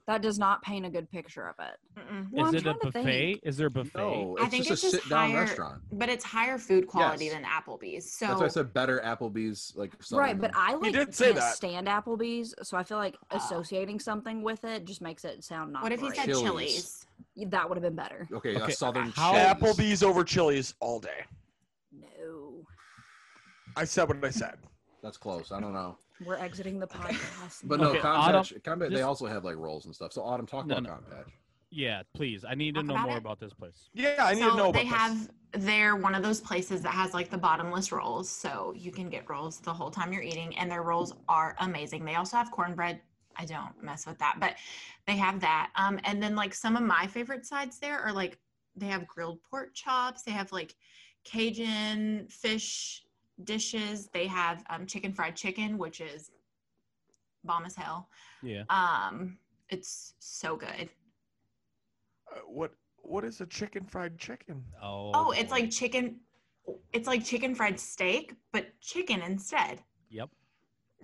Speaker 3: That does not paint a good picture of it.
Speaker 5: Mm-mm.
Speaker 3: Well,
Speaker 1: Is
Speaker 3: I'm
Speaker 1: it a
Speaker 3: trying to
Speaker 1: buffet?
Speaker 3: think.
Speaker 1: Is there a buffet?
Speaker 6: No,
Speaker 5: I
Speaker 6: it's
Speaker 5: think
Speaker 6: just
Speaker 5: it's
Speaker 6: a
Speaker 5: just
Speaker 6: sit down
Speaker 5: higher-
Speaker 6: restaurant.
Speaker 5: But it's higher food quality
Speaker 6: Yes.
Speaker 5: than Applebee's. So
Speaker 6: That's why I said better Applebee's like southern
Speaker 3: Right, but
Speaker 6: than-
Speaker 3: I like
Speaker 2: did
Speaker 3: can't
Speaker 2: say that.
Speaker 3: stand Applebee's, so I feel like
Speaker 5: Ah.
Speaker 3: associating something with it just makes it sound not.
Speaker 5: what if he
Speaker 3: great.
Speaker 5: said
Speaker 6: Chili's.
Speaker 5: Chili's?
Speaker 3: that would have been better?
Speaker 6: okay,
Speaker 1: Okay,
Speaker 6: a southern
Speaker 1: how-
Speaker 6: chain.
Speaker 2: Applebee's over Chili's all day.
Speaker 3: No,
Speaker 2: I said what I said.
Speaker 6: That's close. I don't know,
Speaker 3: we're exiting the podcast.
Speaker 6: but no,
Speaker 1: Okay, Autumn,
Speaker 6: Compatch. Compatch they
Speaker 1: just-
Speaker 6: also have like rolls and stuff. So Autumn, talk
Speaker 1: No,
Speaker 6: about
Speaker 1: no.
Speaker 6: Compatch.
Speaker 1: Yeah, please. I need to
Speaker 5: Talk
Speaker 1: know
Speaker 5: about
Speaker 1: more
Speaker 5: it.
Speaker 1: about this place.
Speaker 2: Yeah, I need
Speaker 5: so
Speaker 2: to know about
Speaker 5: they
Speaker 2: this.
Speaker 5: have they're one of those places that has like the bottomless rolls, so you can get rolls the whole time you're eating, and their rolls are amazing. They also have cornbread. I don't mess with that, but they have that. Um, and then like some of my favorite sides there are like they have grilled pork chops. They have like Cajun fish dishes. They have um, chicken fried chicken, which is bomb as hell.
Speaker 1: Yeah.
Speaker 5: Um, it's so good.
Speaker 2: Uh, what what is a chicken fried chicken?
Speaker 1: Oh,
Speaker 5: Oh, it's
Speaker 1: boy.
Speaker 5: like chicken. It's like chicken fried steak, but chicken instead.
Speaker 1: Yep.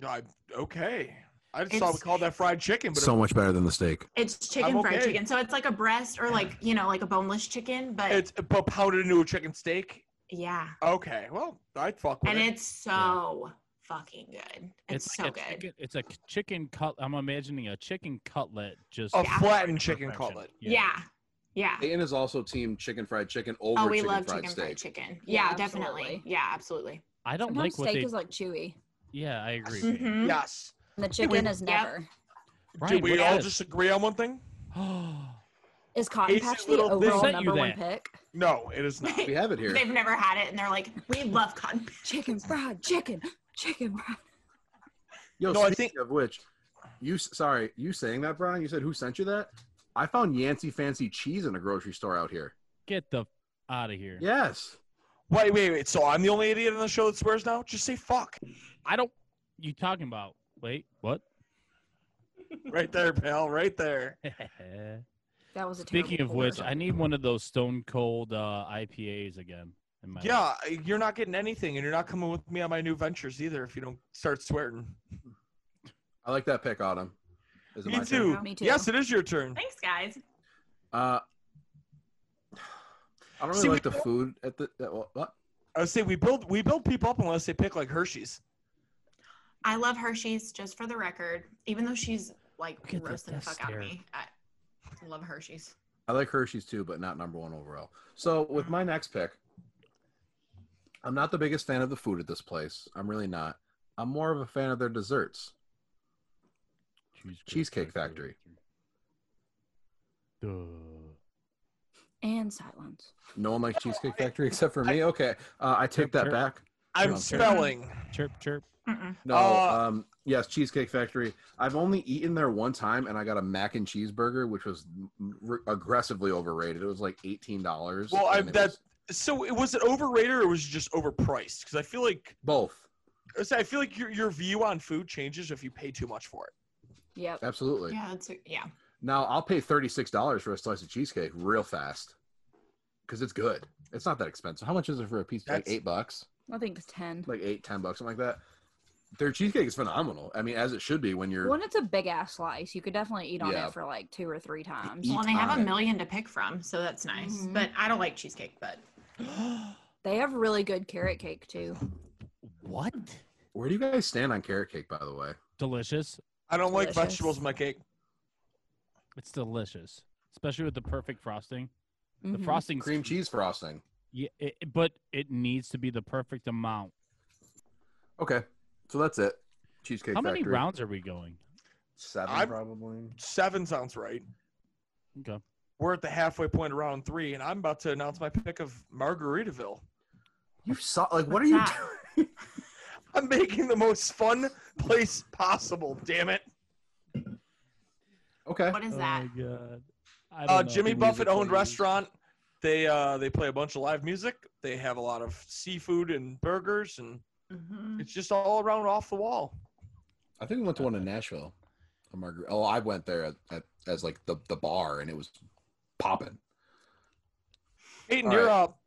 Speaker 2: I, okay. I just
Speaker 5: It's-
Speaker 2: thought we called that fried chicken, but
Speaker 6: So much better than the steak.
Speaker 5: It's chicken fried
Speaker 2: okay.
Speaker 5: chicken. So it's like a breast or like, you know, like a boneless chicken, but
Speaker 2: it's but pounded into a chicken steak.
Speaker 5: yeah.
Speaker 2: Okay, well I'd fuck with
Speaker 5: And
Speaker 2: it.
Speaker 5: it's so fucking good. It's, so
Speaker 1: like
Speaker 5: good.
Speaker 1: a Chicken, it's a c- chicken cut. I'm imagining a chicken cutlet just
Speaker 2: A
Speaker 5: Yeah.
Speaker 2: flattened Oh, chicken
Speaker 1: perfection.
Speaker 2: cutlet.
Speaker 5: Yeah. Yeah.
Speaker 6: Peyton is also team chicken fried chicken over
Speaker 5: Oh, we
Speaker 6: chicken
Speaker 5: love
Speaker 6: fried
Speaker 5: chicken
Speaker 6: steak.
Speaker 5: fried chicken.
Speaker 3: Yeah,
Speaker 5: Yeah, definitely.
Speaker 3: absolutely.
Speaker 5: Yeah, absolutely.
Speaker 1: I don't
Speaker 3: Sometimes
Speaker 1: like what
Speaker 3: steak
Speaker 1: they.
Speaker 3: is Mm-hmm. like chewy.
Speaker 1: yeah, I agree.
Speaker 5: Mhm.
Speaker 1: Peyton.
Speaker 2: Yes.
Speaker 3: and The chicken
Speaker 2: we-
Speaker 3: is
Speaker 5: Yep.
Speaker 3: never.
Speaker 1: Brian,
Speaker 2: Did we
Speaker 1: what
Speaker 2: all
Speaker 1: is-
Speaker 2: just agree on one thing?
Speaker 3: Is Cotton
Speaker 2: Tastes
Speaker 3: Patch
Speaker 2: a
Speaker 3: the
Speaker 2: little- they
Speaker 3: overall
Speaker 1: sent you
Speaker 3: number one
Speaker 1: that.
Speaker 3: pick?
Speaker 2: No, it is not.
Speaker 6: We have it here.
Speaker 5: They've never had it and they're like, we love cotton.
Speaker 3: Chicken fried chicken, chicken fried.
Speaker 6: Yo,
Speaker 2: No, I
Speaker 6: speaking
Speaker 2: think-
Speaker 6: of which, you s- sorry, you saying that, Brian? You said who sent you that? I found Yancey Fancy Cheese in a grocery store out here.
Speaker 1: Get the out of here.
Speaker 6: Yes,
Speaker 2: Wait, wait, wait. So I'm the only idiot on the show that swears now? Just say fuck.
Speaker 1: I don't. You talking about? Wait, what?
Speaker 2: Right there, pal. Right there.
Speaker 3: That was a terrible
Speaker 1: Speaking of
Speaker 3: pour.
Speaker 1: which, I need one of those Stone Cold uh, IPAs again. In my life.
Speaker 2: Yeah, you're not getting anything, and you're not coming with me on my new ventures either if you don't start swearing.
Speaker 6: I like that pick, Autumn. Is it
Speaker 2: Me
Speaker 6: my turn?
Speaker 2: too.
Speaker 5: turn?
Speaker 3: Me too.
Speaker 2: Yes, it is your turn.
Speaker 5: Thanks, guys.
Speaker 6: Uh, I don't really
Speaker 2: See, we
Speaker 6: like the
Speaker 2: don't-
Speaker 6: food at the. At, what- what?
Speaker 2: I would say we build we build people up unless they pick like Hershey's.
Speaker 5: I love Hershey's, just for the record, even though she's like
Speaker 1: Look at that
Speaker 5: roasting the fuck out of
Speaker 1: stare.
Speaker 5: me. I love Hershey's.
Speaker 6: I like Hershey's too, but not number one overall. So with my next pick, I'm not the biggest fan of the food at this place. I'm really not. I'm more of a fan of their desserts. Cheesecake Factory.
Speaker 1: Duh.
Speaker 3: and silence.
Speaker 6: No one likes Cheesecake Factory except for me. Okay, uh, I take that
Speaker 1: Sure.
Speaker 6: back.
Speaker 2: I'm
Speaker 6: Okay.
Speaker 2: spelling.
Speaker 1: Chirp chirp.
Speaker 5: Mm-mm.
Speaker 6: No,
Speaker 2: Uh,
Speaker 6: um, yes, Cheesecake Factory. I've only eaten there one time, and I got a mac and cheeseburger, which was m- r- aggressively overrated. It was like eighteen dollars.
Speaker 2: Well, I- that- So it was it overrated or was it just overpriced? Because I feel like
Speaker 6: both
Speaker 2: I say- I feel like your your view on food changes if you pay too much for it.
Speaker 3: Yep.
Speaker 6: absolutely.
Speaker 5: Yeah, that's yeah.
Speaker 6: Now I'll pay thirty six dollars for a slice of cheesecake real fast because it's good. It's not that expensive. How much is it for a piece? Like
Speaker 2: That's-
Speaker 6: eight bucks,
Speaker 3: I think it's ten.
Speaker 6: like eight, ten bucks, something like that. Their cheesecake is phenomenal. I mean, as it should be when you're.
Speaker 3: When it's a big ass slice, you could definitely eat on
Speaker 6: Yeah.
Speaker 3: it for like two or three times.
Speaker 6: Eat
Speaker 5: Well, and they have a
Speaker 6: time.
Speaker 5: million to pick from, so that's nice.
Speaker 3: Mhm.
Speaker 5: But I don't like cheesecake, but
Speaker 3: They have really good carrot cake too.
Speaker 1: What?
Speaker 6: Where do you guys stand on carrot cake, by the way?
Speaker 1: Delicious.
Speaker 2: I don't like
Speaker 3: Delicious.
Speaker 2: vegetables in my cake.
Speaker 1: It's delicious, especially with the perfect frosting. The
Speaker 3: Mhm.
Speaker 1: frosting
Speaker 6: Cream cheese frosting.
Speaker 1: Yeah, it, it- but it needs to be the perfect amount.
Speaker 6: Okay, so that's it. Cheesecake
Speaker 1: How
Speaker 6: Factory.
Speaker 1: many rounds are we going?
Speaker 6: Seven,
Speaker 2: I'm-
Speaker 6: probably.
Speaker 2: Seven sounds right.
Speaker 1: Okay.
Speaker 2: We're at the halfway point of round three, and I'm about to announce my pick of Margaritaville.
Speaker 6: You saw like what
Speaker 5: What's
Speaker 6: are you
Speaker 5: that?
Speaker 6: doing?
Speaker 2: I'm making the most fun place possible. Damn it!
Speaker 6: Okay.
Speaker 5: What is that?
Speaker 1: my god. I
Speaker 2: Uh,
Speaker 1: don't know.
Speaker 2: Jimmy
Speaker 6: the music
Speaker 2: Buffett owned
Speaker 6: plays.
Speaker 2: restaurant. They uh, they play a bunch of live music. They have a lot of seafood and burgers, and
Speaker 5: Mhm.
Speaker 2: it's just all around off the wall.
Speaker 6: I think we went to one in Nashville. A margar- oh, I went there at, at, as like the, the bar and it was popping.
Speaker 2: Peyton,
Speaker 6: All
Speaker 2: you're
Speaker 6: right.
Speaker 2: up.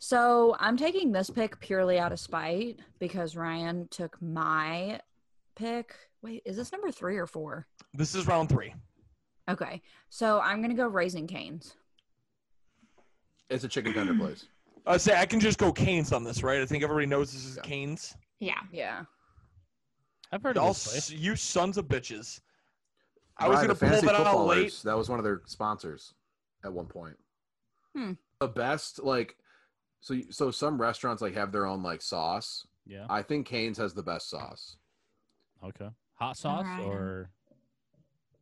Speaker 3: So I'm taking this pick purely out of spite because Ryan took my pick. Wait, is this number three or four?
Speaker 2: This is round three.
Speaker 3: Okay. So I'm going to go Raising Canes.
Speaker 6: It's a chicken tender place.
Speaker 2: I Uh, say I can just go Canes on this, right? I think everybody knows this is Canes.
Speaker 5: Yeah.
Speaker 3: Yeah.
Speaker 1: I've heard
Speaker 2: Y'all,
Speaker 1: of this
Speaker 2: s-
Speaker 1: place.
Speaker 2: you sons of bitches. I was
Speaker 6: Right,
Speaker 2: gonna
Speaker 6: the
Speaker 2: pull
Speaker 6: Fantasy
Speaker 2: that out
Speaker 6: Footballers,
Speaker 2: late.
Speaker 6: That was one of their sponsors at one point.
Speaker 3: Hmm.
Speaker 6: The best, like, so you- so some restaurants like have their own like sauce.
Speaker 1: Yeah.
Speaker 6: I think Cane's has the best sauce.
Speaker 1: Okay. Hot sauce
Speaker 5: Alright.
Speaker 1: or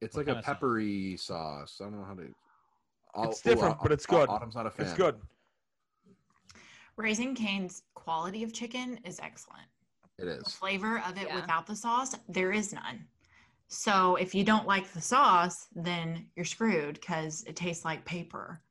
Speaker 6: It's
Speaker 1: What
Speaker 6: like
Speaker 1: kinda
Speaker 6: a
Speaker 1: sauce?
Speaker 6: peppery sauce. I don't know how to. I'll-
Speaker 2: It's different,
Speaker 6: I'll-
Speaker 2: but it's
Speaker 6: I'll-
Speaker 2: good.
Speaker 6: Autumn's not a fan.
Speaker 2: It's good.
Speaker 5: Raising Cane's quality of chicken is excellent.
Speaker 6: It
Speaker 5: The
Speaker 6: is.
Speaker 5: flavor of it
Speaker 3: Yeah.
Speaker 5: without the sauce, there is none. So if you don't like the sauce, then you're screwed because it tastes like paper.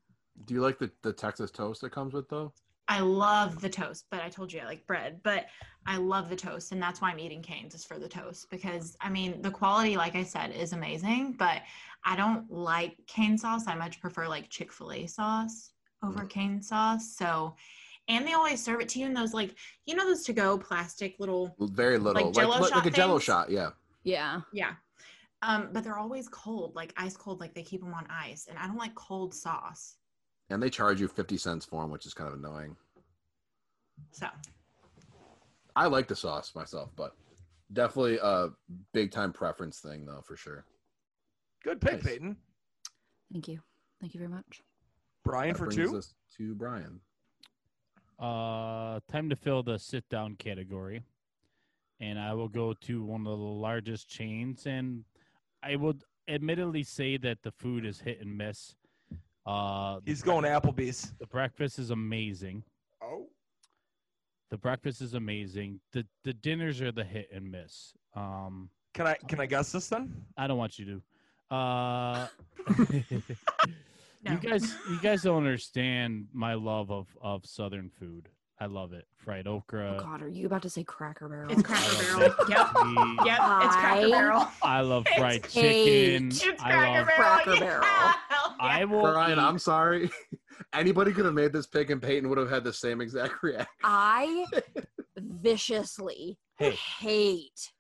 Speaker 6: Do you like the, the Texas toast that comes with though?
Speaker 5: I love the toast, but I told you I like bread, but I love the toast, and that's why I'm eating canes is for the toast because I mean the quality, like I said, is amazing, but I don't like cane sauce. I much prefer like Chick Fil A sauce over cane sauce. So, and they always serve it to you in those like you know those to go plastic little
Speaker 6: Very little, like
Speaker 5: Jell-O
Speaker 6: like, like,
Speaker 5: shot
Speaker 6: a Jello
Speaker 5: things?
Speaker 6: shot. Yeah.
Speaker 3: Yeah.
Speaker 5: yeah. Um, but they're always cold, like ice cold, like they keep them on ice, and I don't like cold sauce.
Speaker 6: And they charge you 50 cents for them, which is kind of annoying.
Speaker 5: So
Speaker 6: I like the sauce myself, but definitely a big time preference thing, though, for sure.
Speaker 2: Good pick,
Speaker 6: Nice.
Speaker 2: Peyton.
Speaker 3: Thank you. Thank you very much.
Speaker 2: Brian
Speaker 6: That
Speaker 2: for
Speaker 6: brings
Speaker 2: two.
Speaker 6: us to Brian.
Speaker 1: uh time to fill the sit down category. And I will go to one of the largest chains and I would admittedly say that the food is hit and miss. Uh
Speaker 2: He's going Applebee's.
Speaker 1: the breakfast is amazing.
Speaker 2: Oh.
Speaker 1: The breakfast is amazing. The the dinners are the hit and miss. Um
Speaker 2: Can I can I guess this then?
Speaker 1: I don't want you to. Uh
Speaker 5: no.
Speaker 1: You guys, you guys don't understand my love of of southern food. I love it. Fried
Speaker 2: Uh,
Speaker 3: Oh,
Speaker 1: okra.
Speaker 3: God. Are you about to say Cracker Barrel?
Speaker 5: it's
Speaker 1: I
Speaker 5: Cracker
Speaker 1: love
Speaker 2: Oh.
Speaker 5: Barrel. yep.
Speaker 1: baked beans.
Speaker 5: Yep, it's Cracker
Speaker 3: I-
Speaker 5: Barrel.
Speaker 1: I love
Speaker 5: It's
Speaker 1: fried
Speaker 3: cake.
Speaker 1: chicken.
Speaker 5: It's
Speaker 1: I
Speaker 5: Cracker
Speaker 1: love.
Speaker 5: Barrel.
Speaker 3: Cracker
Speaker 5: yeah.
Speaker 3: Barrel.
Speaker 5: Hell yeah.
Speaker 1: I will.
Speaker 6: Brian,
Speaker 1: eat-
Speaker 6: I'm sorry. Anybody could have made this pick, and Peyton would have had the same exact reaction.
Speaker 3: I viciously
Speaker 1: Hey.
Speaker 3: hate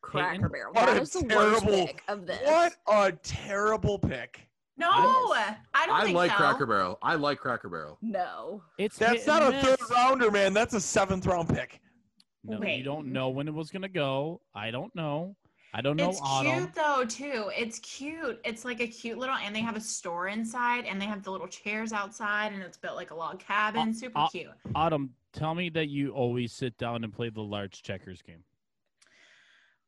Speaker 1: Peyton?
Speaker 3: Cracker Barrel.
Speaker 2: What
Speaker 3: That
Speaker 2: a
Speaker 3: is the worst
Speaker 2: terrible-
Speaker 3: pick of this.
Speaker 2: What a terrible pick.
Speaker 5: No,
Speaker 3: Yes.
Speaker 5: I don't
Speaker 6: I
Speaker 5: think
Speaker 6: like
Speaker 5: so.
Speaker 6: Cracker Barrel. I like Cracker Barrel.
Speaker 3: No.
Speaker 1: It's
Speaker 2: That's
Speaker 1: hit
Speaker 2: not a
Speaker 1: and
Speaker 2: third
Speaker 1: miss.
Speaker 2: rounder, man. That's a seventh round pick.
Speaker 1: No, you
Speaker 5: Wait.
Speaker 1: don't know when it was gonna go. I don't know. I don't know
Speaker 5: It's
Speaker 1: autumn.
Speaker 5: cute though too. It's cute. It's like a cute little, and they have a store inside, and they have the little chairs outside, and it's built like a log cabin. Super
Speaker 1: uh,
Speaker 5: cute.
Speaker 1: Autumn, tell me that you always sit down and play the large checkers game.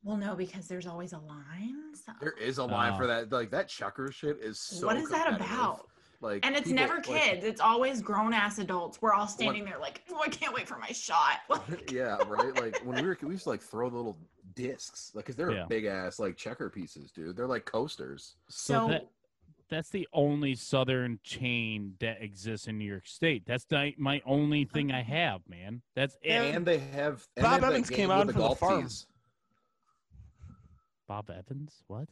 Speaker 5: Well, no, because there's always a line. So.
Speaker 6: There is a line
Speaker 1: Oh.
Speaker 2: Ah.
Speaker 6: for that. Like that checker shit is so.
Speaker 5: what is that
Speaker 6: competitive.
Speaker 5: about?
Speaker 6: Like,
Speaker 5: And it's
Speaker 6: people-
Speaker 5: never
Speaker 6: like-
Speaker 5: kids. it's always grown ass adults. We're all standing there like, oh, I can't wait for my shot.
Speaker 6: yeah, right. Like when we were, we used to like throw the little discs, like, cause they're
Speaker 1: Yeah.
Speaker 6: big ass like checker pieces, dude. They're like coasters.
Speaker 1: So
Speaker 5: so
Speaker 1: that- That's the only southern chain that exists in New York State. That's the, my only thing I have, man. That's it.
Speaker 6: And they have
Speaker 2: Bob
Speaker 6: and they have that
Speaker 2: Evans
Speaker 6: game
Speaker 2: came
Speaker 6: with
Speaker 2: on for the
Speaker 6: golf
Speaker 2: farm.
Speaker 6: tees.
Speaker 1: Bob Evans? What?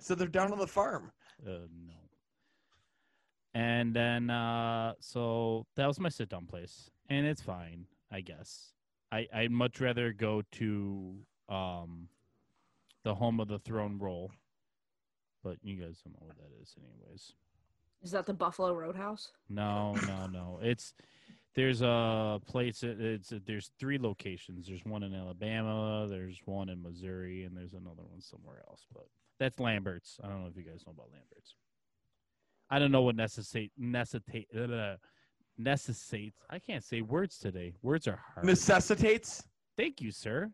Speaker 2: so they're down on the farm.
Speaker 1: Uh, no. And then, uh, so that was my sit down place, and it's fine, I guess. I I'd much rather go to um, the home of the throne roll, but you guys don't know what that is, anyways.
Speaker 3: Is that the Buffalo Roadhouse?
Speaker 1: No, no, no. It's there's a place. that- It's there's three locations. There's one in Alabama. There's one in Missouri, and there's another one somewhere else. But that's Lambert's. I don't know if you guys know about Lambert's. I don't know what necessitate necessitate uh, necessitates. I can't say words today. Words are hard.
Speaker 2: Necessitates.
Speaker 1: Thank you, sir.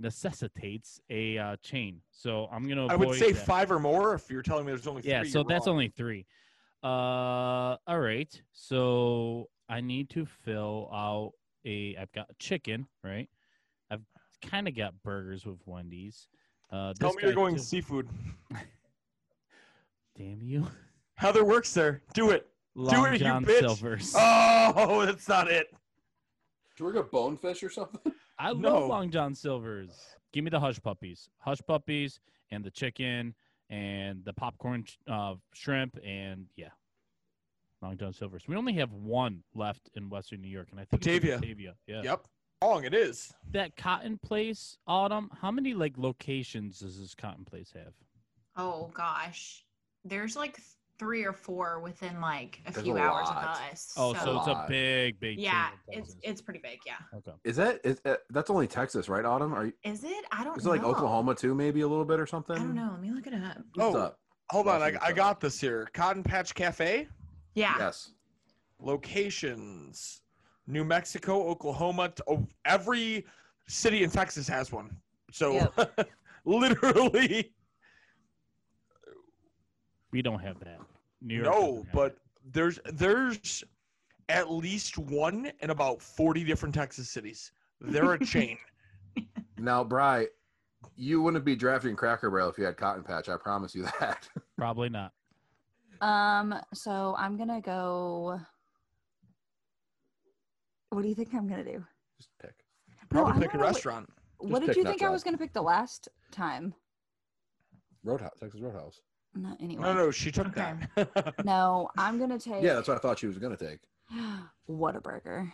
Speaker 1: Necessitates a uh, chain. So I'm gonna.
Speaker 2: I would
Speaker 1: avoid
Speaker 2: say
Speaker 1: that.
Speaker 2: five or more if you're telling me there's only
Speaker 1: Oh, Yeah,
Speaker 2: three.
Speaker 1: so
Speaker 2: you're
Speaker 1: that's
Speaker 2: wrong.
Speaker 1: only three. Uh, all right. So I need to fill out a. I've got chicken, right? I've kind of got burgers with Wendy's. Uh,
Speaker 2: Tell
Speaker 1: this
Speaker 2: me you're
Speaker 1: guy
Speaker 2: going
Speaker 1: Too,
Speaker 2: seafood.
Speaker 1: damn you,
Speaker 2: Heather works there. Do it.
Speaker 1: Long
Speaker 2: it, you
Speaker 1: John
Speaker 2: bitch.
Speaker 1: Silver's.
Speaker 2: Oh, that's not it.
Speaker 6: Should we get bonefish or something?
Speaker 1: I love
Speaker 2: no.
Speaker 1: Long John Silver's. Give me the hush puppies, hush puppies, and the chicken, and the popcorn sh- uh, shrimp, and yeah, Long John Silver's. We only have one left in Western New York, and I think it's in
Speaker 2: Batavia.
Speaker 1: Batavia. Yeah.
Speaker 2: Yep. Wrong. It is.
Speaker 1: that cotton place autumn how many like locations does this cotton place have
Speaker 5: Oh gosh, there's like three or four within like a
Speaker 6: There's
Speaker 5: few
Speaker 6: a
Speaker 5: hours
Speaker 6: lot.
Speaker 5: of us.
Speaker 1: oh so,
Speaker 6: So-
Speaker 1: it's a big big chain
Speaker 5: yeah,
Speaker 1: of
Speaker 5: it's
Speaker 1: places.
Speaker 5: it's pretty big. Yeah,
Speaker 1: okay
Speaker 6: Is that is uh, that's only Texas, right? Autumn? Are you,
Speaker 5: is it? I don't.
Speaker 6: is it
Speaker 5: know.
Speaker 6: like Oklahoma too? Maybe a little bit or something.
Speaker 5: I don't know. Let me look it up.
Speaker 6: Look
Speaker 2: Oh,
Speaker 6: it up.
Speaker 2: Hold on. I,
Speaker 6: Washington
Speaker 2: I
Speaker 6: State.
Speaker 2: got this here. Cotton Patch Cafe.
Speaker 5: Yeah,
Speaker 6: yes.
Speaker 2: Locations. New Mexico, Oklahoma. t- oh, every city in Texas has one. So literally
Speaker 1: we don't have that new york
Speaker 2: no,
Speaker 1: doesn't have
Speaker 2: but
Speaker 1: it.
Speaker 2: there's there's at least one in about 40 different Texas cities. They're a chain.
Speaker 6: Now, Bry, you wouldn't be drafting Cracker Barrel if you had Cotton Patch. I promise you that.
Speaker 1: probably not
Speaker 3: Um, so I'm gonna go. What do you think I'm gonna do?
Speaker 6: Just pick.
Speaker 3: No,
Speaker 2: Probably
Speaker 3: I'm
Speaker 2: pick a
Speaker 3: gonna wait-
Speaker 2: restaurant.
Speaker 3: what
Speaker 6: pick
Speaker 3: did you
Speaker 6: nut
Speaker 3: think I
Speaker 6: job.
Speaker 3: was gonna pick the last time?
Speaker 6: Roadhouse, Texas Roadhouse.
Speaker 3: No, anyway.
Speaker 2: No, no, she took
Speaker 5: Okay.
Speaker 2: that.
Speaker 3: No, I'm gonna take.
Speaker 6: Yeah, that's what I thought she was gonna take.
Speaker 3: what a burger.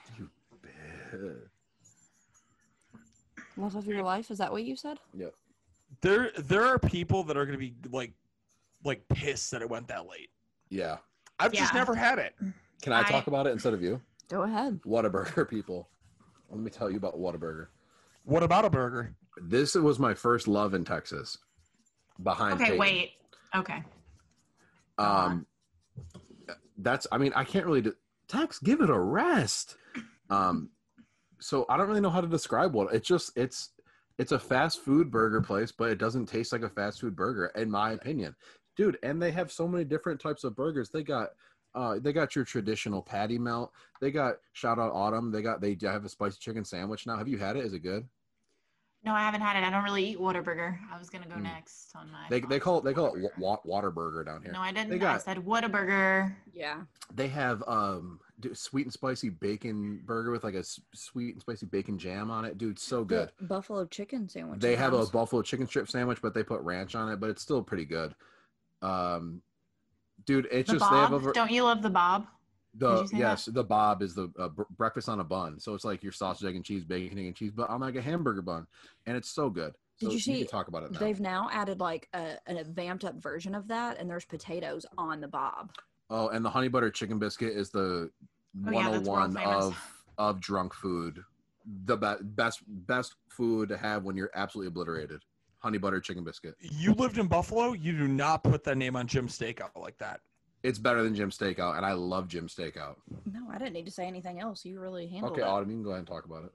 Speaker 3: Love of your life. Is that what you said?
Speaker 2: there there are people that are going to be like like pissed that it went that late.
Speaker 6: Yeah.
Speaker 2: I've just
Speaker 5: Yeah. Mm.
Speaker 2: never had it.
Speaker 6: Can I
Speaker 5: I-
Speaker 6: talk about it instead of you?
Speaker 3: Go ahead.
Speaker 6: Whataburger people. Let me tell you about Whataburger.
Speaker 2: What about a burger?
Speaker 6: This was my first love in Texas. Behind
Speaker 5: Okay,
Speaker 6: Peyton.
Speaker 5: wait. Okay.
Speaker 6: Um, that's. I mean, I can't really. De- Tex, give it a rest. Um, so I don't really know how to describe what it's just. It's it's a fast food burger place, but it doesn't taste like a fast food burger, in my opinion, dude. And they have so many different types of burgers. They got. Uh, they got your traditional patty melt. They got shout out autumn. They got they have a spicy chicken sandwich now. Have you had it? Is it good?
Speaker 5: No, I haven't had it. I don't really eat Whataburger. I was gonna go
Speaker 6: Mm.
Speaker 5: next on my.
Speaker 6: They they
Speaker 5: thoughts
Speaker 6: call it
Speaker 5: on
Speaker 6: they call it
Speaker 5: Whataburger.
Speaker 6: wa- water burger down here.
Speaker 5: No, I didn't.
Speaker 6: They got-
Speaker 5: I said Whataburger.
Speaker 3: Yeah.
Speaker 6: they have um d- sweet and spicy bacon burger with like a s- sweet and spicy bacon jam on it dude so good
Speaker 3: buffalo chicken sandwich.
Speaker 6: they have a
Speaker 3: sounds-
Speaker 6: buffalo chicken strip sandwich but they put ranch on it but it's still pretty good um dude it's
Speaker 5: The
Speaker 6: just
Speaker 5: Bob.
Speaker 6: they have over
Speaker 5: Don't you love the Bob? did you
Speaker 6: the
Speaker 5: say that?
Speaker 6: yes the bob is the uh, br- breakfast on a bun so it's like your sausage egg and cheese bacon egg and cheese but on like a hamburger bun and it's so good
Speaker 3: Did
Speaker 6: so
Speaker 3: you see
Speaker 6: can talk about it now.
Speaker 3: They've now added like a, a vamped up version of that, and there's potatoes on the bob.
Speaker 6: oh and the honey butter chicken biscuit is the
Speaker 5: Oh yeah, that's world
Speaker 6: 101
Speaker 5: famous.
Speaker 6: of of drunk food the be- best best food to have when you're absolutely obliterated honey butter chicken biscuit
Speaker 2: You lived in Buffalo. You do not put that name on Jim's Steakout like that.
Speaker 6: it's better than jim steakout and i love jim steakout
Speaker 3: No, I didn't need to say anything else. You really handled
Speaker 6: okay
Speaker 3: it.
Speaker 6: autumn you can go ahead and talk about it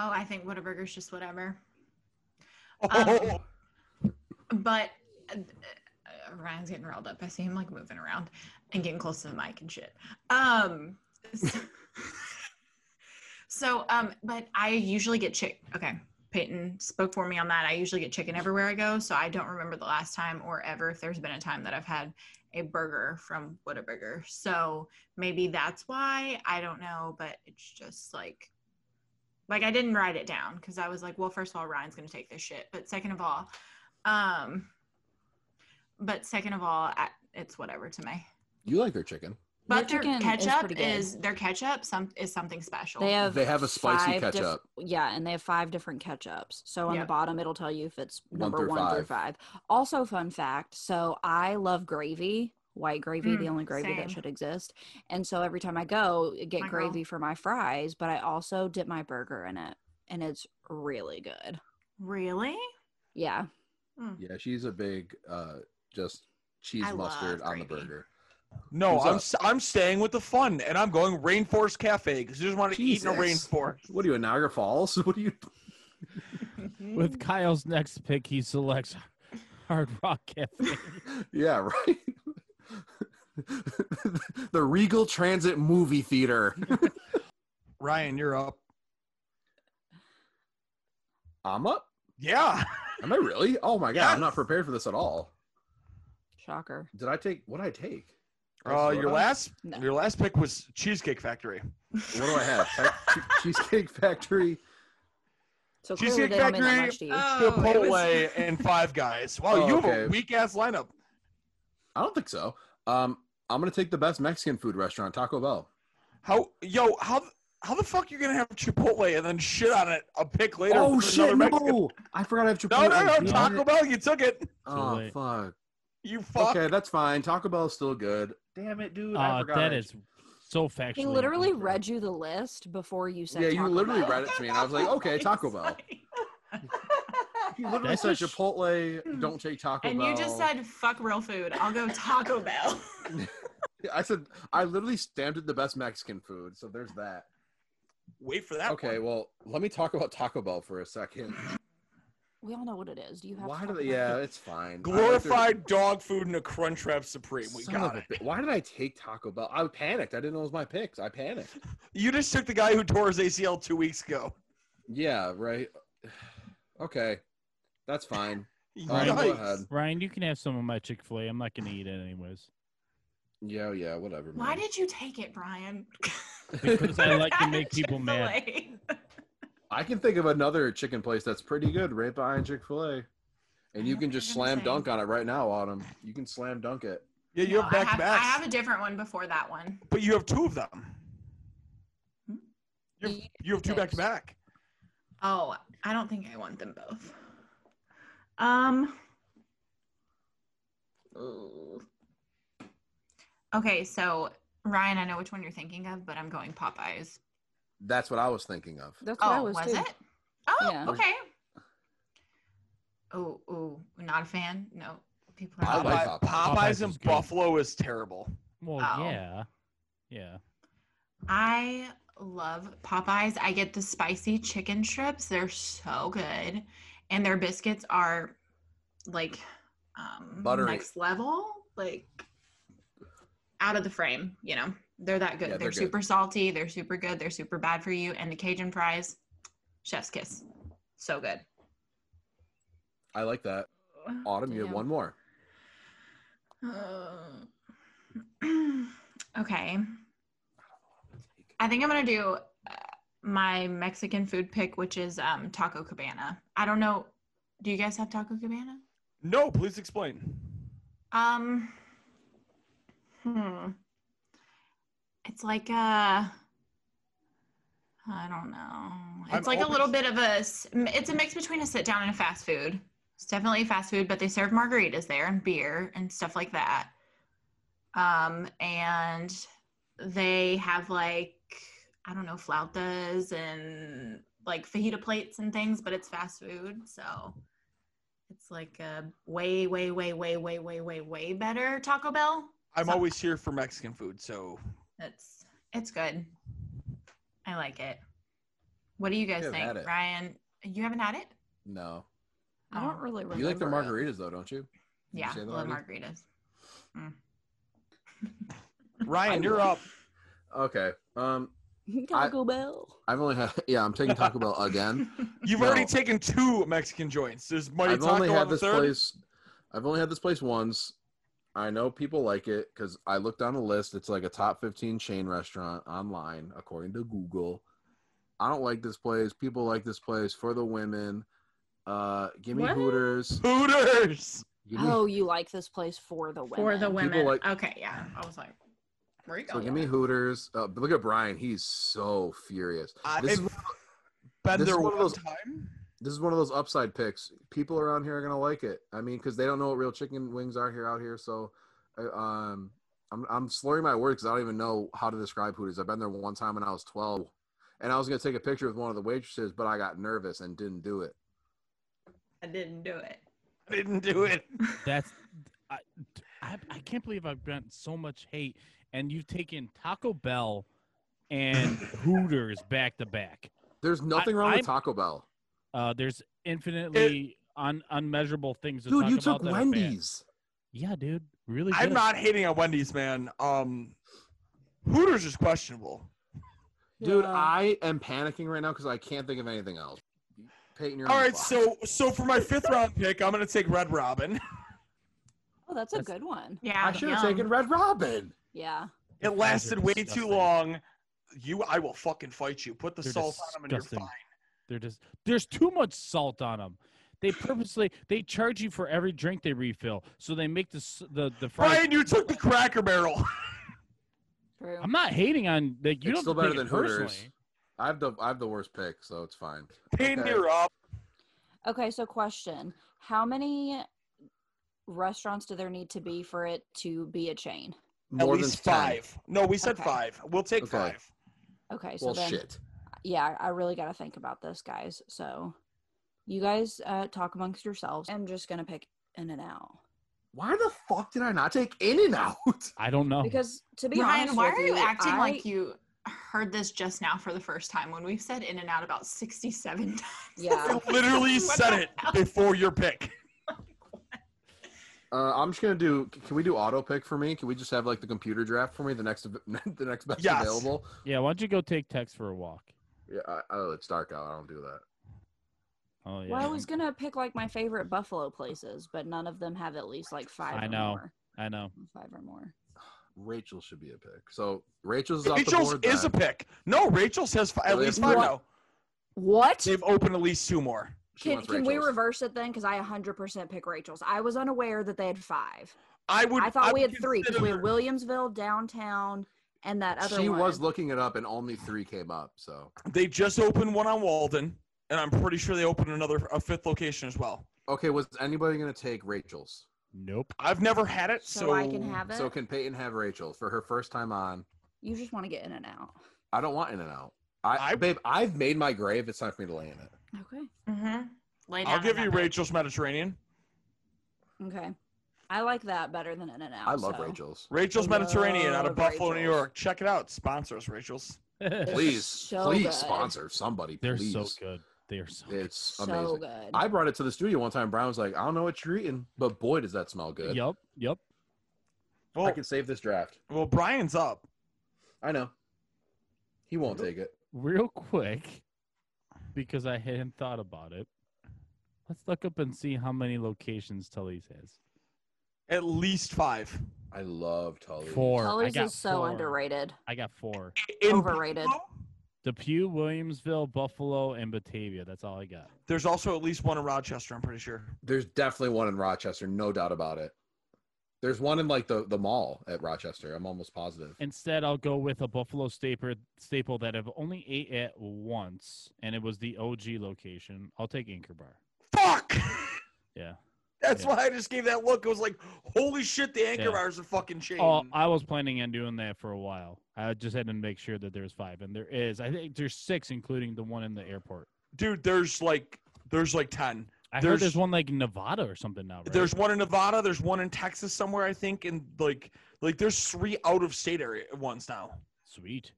Speaker 5: Oh, I think Whataburger's just whatever. Um,
Speaker 2: Oh,
Speaker 5: But uh, uh, Ryan's getting riled up. I see him like moving around and getting close to the mic and shit. Um, so, so, um, but I usually get chick. Okay, Peyton spoke for me on that. I usually get chicken everywhere I go, so I don't remember the last time or ever if there's been a time that I've had a burger from Whataburger. So maybe that's why I don't know, but it's just like. Like I didn't write it down because I was like, well, first of all, Ryan's gonna take this shit, but second of all, um, but second of all, I, it's whatever to me.
Speaker 6: you like their chicken
Speaker 5: But their,
Speaker 3: chicken is
Speaker 5: ketchup
Speaker 3: pretty good.
Speaker 5: is, their ketchup some is something special.
Speaker 3: They have
Speaker 6: they have a spicy
Speaker 3: five diff-
Speaker 6: ketchup
Speaker 3: yeah, and they have five different ketchups. So on
Speaker 5: Yeah.
Speaker 3: the bottom, it'll tell you if it's
Speaker 6: One
Speaker 3: number
Speaker 6: through
Speaker 3: one through
Speaker 6: five.
Speaker 3: five. Also, fun fact. So I love gravy, white gravy, the
Speaker 5: Mm,
Speaker 3: only gravy
Speaker 5: same.
Speaker 3: that should exist. And so every time I go, I get
Speaker 5: My girl.
Speaker 3: gravy for my fries, but I also dip my burger in it, and it's really good.
Speaker 5: really? Hmm.
Speaker 3: Yeah,
Speaker 6: yeah she's a big uh just cheese
Speaker 5: Mm-hmm. I
Speaker 6: mustard
Speaker 5: love
Speaker 6: on the
Speaker 5: gravy.
Speaker 6: burger
Speaker 2: no,
Speaker 6: Who's
Speaker 2: I'm
Speaker 6: up?
Speaker 2: s- I'm staying with the fun, and I'm going Rainforest Cafe because you just want to eat in a
Speaker 6: Jesus.
Speaker 2: rainforest.
Speaker 6: what are you in niagara falls what are you
Speaker 1: with kyle's next pick he selects hard rock cafe
Speaker 6: yeah right the Regal Transit movie theater.
Speaker 2: Ryan, you're up.
Speaker 6: I'm up.
Speaker 2: Yeah.
Speaker 6: Am I really? Oh my god, I'm not
Speaker 2: Yes.
Speaker 6: prepared for this at all.
Speaker 3: Shocker.
Speaker 6: Did I take what I take?
Speaker 2: Uh, your
Speaker 6: Minnesota?
Speaker 2: last
Speaker 3: No.
Speaker 2: your last pick was Cheesecake Factory.
Speaker 6: What do I have? I- Che- Cheesecake Factory.
Speaker 3: So
Speaker 2: Cheesecake
Speaker 3: clearly they don't mean that
Speaker 2: Factory,
Speaker 3: much to you.
Speaker 5: Oh, it
Speaker 2: Chipotle
Speaker 5: was-
Speaker 2: and Five Guys. Wow,
Speaker 6: Oh,
Speaker 2: you have
Speaker 6: okay.
Speaker 2: a weak ass lineup.
Speaker 6: I don't think so. Um, I'm gonna take the best Mexican food restaurant, Taco Bell.
Speaker 2: How yo how how the fuck you gonna have Chipotle and then shit on it a pick later? for
Speaker 6: Oh
Speaker 2: another
Speaker 6: shit!
Speaker 2: Mexican-
Speaker 6: No, I forgot I have
Speaker 2: no,
Speaker 6: Chipotle.
Speaker 2: no,
Speaker 6: Damn
Speaker 2: no,
Speaker 6: it.
Speaker 2: Taco Bell, you took it.
Speaker 1: Too
Speaker 6: Oh
Speaker 1: late.
Speaker 6: fuck.
Speaker 2: You fuck.
Speaker 6: Okay, that's fine. Taco Bell is still good. Damn it, dude! I
Speaker 1: Uh,
Speaker 6: forgot.
Speaker 1: that
Speaker 6: I-
Speaker 1: is so factually.
Speaker 3: He literally
Speaker 1: incorrect.
Speaker 3: read you the list before you said.
Speaker 6: Yeah, you
Speaker 3: Taco
Speaker 6: literally
Speaker 3: Bell.
Speaker 6: read it to me, and I was like, okay, Taco Bell. He literally
Speaker 1: That's
Speaker 6: said
Speaker 1: just-
Speaker 2: Hmm.
Speaker 6: Chipotle. Don't take Taco
Speaker 5: And
Speaker 6: Bell.
Speaker 5: you just said fuck real food. I'll go Taco Bell.
Speaker 6: I said I literally stamped it the best Mexican food. So there's that.
Speaker 2: Wait for that.
Speaker 6: Okay,
Speaker 2: one.
Speaker 6: well, let me talk about Taco Bell for a second.
Speaker 3: We all know what it is. Do you have?
Speaker 6: Why
Speaker 3: to
Speaker 6: do
Speaker 3: talk
Speaker 6: they?
Speaker 3: about
Speaker 6: Yeah,
Speaker 3: it?
Speaker 6: it's fine. I went through-
Speaker 2: Glorified dog food and a crunch wrap supreme. We
Speaker 6: Son
Speaker 2: got
Speaker 6: of a
Speaker 2: it.
Speaker 6: bi- Why did I take Taco Bell? I panicked. I didn't know it was my picks. I panicked.
Speaker 2: You just took the guy who tore his ACL two weeks ago.
Speaker 6: Yeah, right. Okay, that's fine.
Speaker 1: Ryan,
Speaker 6: Um, go
Speaker 2: Yikes.
Speaker 6: ahead.
Speaker 1: Ryan, you can have some of my Chick Fil A. I'm not going to eat it anyways
Speaker 6: Yeah, yeah, whatever.
Speaker 5: Why
Speaker 6: man.
Speaker 5: did you take it, Brian?
Speaker 1: because I like to make people mad.
Speaker 5: Chick-fil-A.
Speaker 6: I can think of another chicken place that's pretty good right behind Chick Fil A, and you
Speaker 5: know
Speaker 6: can
Speaker 5: what
Speaker 6: just
Speaker 5: you're gonna
Speaker 6: slam
Speaker 5: say.
Speaker 6: dunk on it right now, Autumn. You can slam dunk it.
Speaker 2: Yeah, you
Speaker 5: No,
Speaker 2: have
Speaker 5: I
Speaker 2: back to
Speaker 5: have, I have
Speaker 2: backs,
Speaker 5: a different one before that one.
Speaker 2: but you have two of them.
Speaker 5: Hmm?
Speaker 2: You have,
Speaker 3: You
Speaker 2: you have two back to back.
Speaker 5: Oh, I don't think I want them both. Um. ooh. Okay, so Ryan, I know which one you're thinking of, but I'm going Popeyes.
Speaker 6: That's what I was thinking of.
Speaker 3: That's what I
Speaker 5: Oh,
Speaker 3: was.
Speaker 5: was,
Speaker 3: too.
Speaker 5: it? Oh,
Speaker 3: Yeah.
Speaker 5: okay. Oh, oh, not a fan. No, people
Speaker 6: I
Speaker 5: are.
Speaker 6: like
Speaker 5: Not
Speaker 2: Popeye-
Speaker 6: Popeyes.
Speaker 2: Popeyes,
Speaker 1: Popeyes
Speaker 2: and
Speaker 1: is good.
Speaker 2: Buffalo is terrible.
Speaker 1: Well,
Speaker 5: Oh.
Speaker 1: yeah, yeah.
Speaker 5: I love Popeyes. I get the spicy chicken strips. They're so good, and their biscuits are like um,
Speaker 6: Buttery.
Speaker 5: next level, like out of the frame. You know, they're that good.
Speaker 6: Yeah,
Speaker 5: they're
Speaker 6: they're good.
Speaker 5: super salty. They're super good. They're super bad for you. And the Cajun fries, chef's kiss, so good.
Speaker 6: I like that. Autumn, you have
Speaker 3: Damn.
Speaker 6: one more.
Speaker 5: Uh, okay. I think I'm gonna do uh, my Mexican food pick, which is um, Taco Cabana. I don't know. Do you guys have Taco Cabana?
Speaker 2: No, please explain.
Speaker 5: Um. Hmm. It's like a. I don't know. It's
Speaker 2: I'm
Speaker 5: like a
Speaker 2: always-
Speaker 5: little bit of a. s- It's a mix between a sit down and a fast food. It's definitely fast food, but they serve margaritas there and beer and stuff like that. Um, and they have like I don't know flautas and like fajita plates and things, but it's fast food, so it's like a way, way, way, way, way, way, way, way better Taco Bell.
Speaker 2: I'm
Speaker 5: So-
Speaker 2: always here for Mexican food, so
Speaker 5: It's it's good. I like it. What do you guys
Speaker 6: haven't had
Speaker 5: think,
Speaker 6: it.
Speaker 5: Ryan? You haven't had it?
Speaker 6: No.
Speaker 3: I don't
Speaker 5: Oh,
Speaker 3: really remember.
Speaker 6: You like their
Speaker 3: it.
Speaker 6: margaritas though, don't you? Did you
Speaker 5: Yeah,
Speaker 6: say that
Speaker 5: love
Speaker 6: already?
Speaker 5: margaritas.
Speaker 2: Ryan, you're up.
Speaker 6: Okay. Um,
Speaker 3: Taco Bell.
Speaker 6: I've only had yeah. I'm taking Taco Bell again.
Speaker 2: You've
Speaker 6: No.
Speaker 2: already taken two Mexican joints. There's Mighty
Speaker 6: I've
Speaker 2: Taco
Speaker 6: only
Speaker 2: on
Speaker 6: had
Speaker 2: the
Speaker 6: this
Speaker 2: third.
Speaker 6: place. I've only had this place once. I know people like it because I looked down a list. It's like a top 15 chain restaurant online, according to Google. I don't like this place. People like this place for the women. Uh, give me
Speaker 5: What?
Speaker 6: Hooters.
Speaker 2: Hooters.
Speaker 6: Give me,
Speaker 3: Oh, you like this place for the women.
Speaker 5: For the women.
Speaker 6: like-
Speaker 5: okay, yeah. I was like, where you
Speaker 6: so
Speaker 5: going?
Speaker 6: give me Hooters. Uh, but look at Brian. He's so furious.
Speaker 2: I've
Speaker 6: This is
Speaker 2: been
Speaker 6: one this
Speaker 2: there
Speaker 6: is one
Speaker 2: one
Speaker 6: of those-
Speaker 2: time.
Speaker 6: This is one of those upside picks. People around here are gonna like it. I mean, because they don't know what real chicken wings are here out here. So, I, um, I'm I'm slurring my words because I don't even know how to describe Hooters. I've been there one time when I was 12, and I was gonna take a picture with one of the waitresses, but I got nervous and didn't do it.
Speaker 5: I didn't do it.
Speaker 2: I didn't do it.
Speaker 1: That's I, I, I can't believe I've gotten so much hate, and you've taken Taco Bell and Hooters back to back.
Speaker 6: There's nothing wrong
Speaker 1: I'm-
Speaker 6: with Taco Bell,
Speaker 1: Uh, there's infinitely un, unmeasurable things to
Speaker 6: dude.
Speaker 1: talk
Speaker 6: You
Speaker 1: about
Speaker 6: took
Speaker 1: that are bad.
Speaker 6: Wendy's.
Speaker 1: Yeah, dude. really
Speaker 2: I'm
Speaker 1: good.
Speaker 2: not hating on Wendy's, man. Um, Hooters is questionable.
Speaker 6: Dude,
Speaker 3: Yeah.
Speaker 6: I am panicking right now because I can't think of anything else. Peyton, you're on
Speaker 2: All
Speaker 6: the
Speaker 2: right,
Speaker 6: clock.
Speaker 2: so so for my fifth round pick, I'm gonna take Red Robin.
Speaker 3: Oh, that's a
Speaker 1: That's-
Speaker 3: good one.
Speaker 5: Yeah,
Speaker 6: I should have
Speaker 5: yum.
Speaker 6: taken Red Robin.
Speaker 3: Yeah.
Speaker 2: It lasted way too
Speaker 1: disgusting.
Speaker 2: long. You, I will fucking fight you. Put the
Speaker 1: They're
Speaker 2: salt on them and you're
Speaker 1: disgusting.
Speaker 2: fine.
Speaker 1: They're just there's too much salt on them. They purposely they charge you for every drink they refill, so they make the s- the the fries.
Speaker 2: Brian, you took the Cracker Barrel.
Speaker 3: True.
Speaker 1: I'm not hating on that. You don't
Speaker 6: It's still
Speaker 1: have to
Speaker 6: better
Speaker 1: take
Speaker 6: than
Speaker 1: it
Speaker 6: Hooters.
Speaker 1: personally.
Speaker 6: I have the I have the worst pick, so it's fine.
Speaker 2: Pin
Speaker 6: Okay.
Speaker 2: her up.
Speaker 3: Okay, so question. How many restaurants do there need to be for it to be a chain?
Speaker 2: At
Speaker 6: More
Speaker 2: least
Speaker 6: than 10.
Speaker 2: five. No, we said
Speaker 3: Okay.
Speaker 2: five. We'll take
Speaker 6: Okay.
Speaker 2: five.
Speaker 3: Okay, so
Speaker 6: Well,
Speaker 3: then
Speaker 6: shit.
Speaker 3: yeah, I really got to think about this, guys. So you guys uh, talk amongst yourselves. I'm just going to pick in and out.
Speaker 6: Why the fuck did I not take In and Out?
Speaker 1: I don't know.
Speaker 3: Because to be
Speaker 5: Ryan,
Speaker 3: honest,
Speaker 5: why
Speaker 3: with
Speaker 5: are you acting
Speaker 3: I-
Speaker 5: like you heard this just now for the first time when we've said in and out about 67 times?
Speaker 3: Yeah.
Speaker 2: I literally
Speaker 5: What
Speaker 2: said
Speaker 5: the
Speaker 2: it
Speaker 5: hell?
Speaker 2: before your pick.
Speaker 6: Uh, I'm just gonna do. Can we do auto pick for me? Can we just have like the computer draft for me? The next, av- the next best
Speaker 2: Yes.
Speaker 6: available.
Speaker 1: yeah, why don't you go take Tex for a walk?
Speaker 6: Yeah. I, oh, it's dark out. I don't do that.
Speaker 1: Oh yeah.
Speaker 3: Well, I was going to pick like my favorite buffalo places, but none of them have at least like 5
Speaker 1: I
Speaker 3: or
Speaker 1: know.
Speaker 3: more.
Speaker 1: I know.
Speaker 3: 5 or more.
Speaker 6: Rachel should be a pick. So Rachel's off the
Speaker 2: Rachel's
Speaker 6: board.
Speaker 2: is a
Speaker 6: then.
Speaker 2: pick. No, Rachel's has fi- at
Speaker 6: Really?
Speaker 2: least five
Speaker 6: What?
Speaker 2: now.
Speaker 3: What?
Speaker 2: They've opened at least two more.
Speaker 6: She
Speaker 3: Can,
Speaker 6: wants
Speaker 3: can we
Speaker 6: Rachel's.
Speaker 3: reverse it then? Because I 100% pick Rachel's. I was unaware that they had five.
Speaker 2: I would.
Speaker 3: I thought we
Speaker 2: would
Speaker 3: had three because we had
Speaker 2: consider-
Speaker 3: Williamsville, downtown, and that other
Speaker 6: She
Speaker 3: one.
Speaker 6: was looking it up, and only three came up. So
Speaker 2: They just opened one on Walden, and I'm pretty sure they opened another a fifth location as well.
Speaker 6: okay, was anybody gonna take Rachel's?
Speaker 1: Nope.
Speaker 2: I've never had it, so,
Speaker 3: so, I can have it.
Speaker 6: So can Peyton have Rachel for her first time on?
Speaker 3: you just want to get in and out.
Speaker 6: I don't want In and Out. I,
Speaker 2: I-
Speaker 6: babe, I've made my grave. It's time for me to lay in it.
Speaker 3: Okay.
Speaker 5: Mm-hmm. Lay down
Speaker 2: I'll
Speaker 5: on
Speaker 2: give you
Speaker 5: that bed.
Speaker 2: Rachel's Mediterranean.
Speaker 3: Okay. I like that better than in and out.
Speaker 6: I love
Speaker 3: so.
Speaker 6: Rachel's.
Speaker 2: Rachel's Mediterranean out of
Speaker 3: Love
Speaker 2: Buffalo, New
Speaker 3: Rachel's.
Speaker 2: York. Check it out. Sponsors Rachel's.
Speaker 3: They're
Speaker 6: Please,
Speaker 3: so
Speaker 6: please
Speaker 3: good.
Speaker 6: sponsor somebody.
Speaker 1: They're
Speaker 6: please.
Speaker 1: so good. They are so. Good.
Speaker 6: It's
Speaker 3: So
Speaker 6: amazing.
Speaker 3: good.
Speaker 6: I brought it to the studio one time. Brown was like, I don't know what you're eating, but boy, does that smell good.
Speaker 1: Yep. Yep.
Speaker 6: I
Speaker 2: Well,
Speaker 6: can save this draft.
Speaker 2: well, Brian's up.
Speaker 6: I know. He won't take it.
Speaker 1: Real quick, because I hadn't thought about it. Let's look up and see how many locations Tully's has.
Speaker 2: At least five.
Speaker 6: I love Tully.
Speaker 1: Four. I
Speaker 3: Colors
Speaker 1: got
Speaker 3: is so
Speaker 1: four.
Speaker 3: underrated.
Speaker 1: I got four.
Speaker 2: In
Speaker 3: Overrated.
Speaker 2: Buffalo,
Speaker 1: Depew, Williamsville, Buffalo, and Batavia. That's all I got.
Speaker 2: There's also at least one in Rochester. I'm pretty sure.
Speaker 6: There's definitely one in Rochester, no doubt about it. There's one in like the, the mall at Rochester. I'm almost positive.
Speaker 1: Instead, I'll go with a Buffalo staple staple that I've only ate at once, and it was the OG location. I'll take Anchor Bar.
Speaker 2: Fuck.
Speaker 1: Yeah.
Speaker 2: That's
Speaker 1: Yeah.
Speaker 2: why I just gave that look. It was like, holy shit, the anchor
Speaker 1: Yeah.
Speaker 2: bars are fucking chain.
Speaker 1: Oh, I was planning on doing that for a while. I just had to make sure that there's five, and there is. I think there's six, including the one in the airport.
Speaker 2: Dude, there's like, there's like ten.
Speaker 1: I heard
Speaker 2: There's-
Speaker 1: there's one like Nevada or something now. Right?
Speaker 2: There's one in Nevada. There's one in Texas somewhere, I think, and like, like there's three out of state area ones now.
Speaker 1: sweet.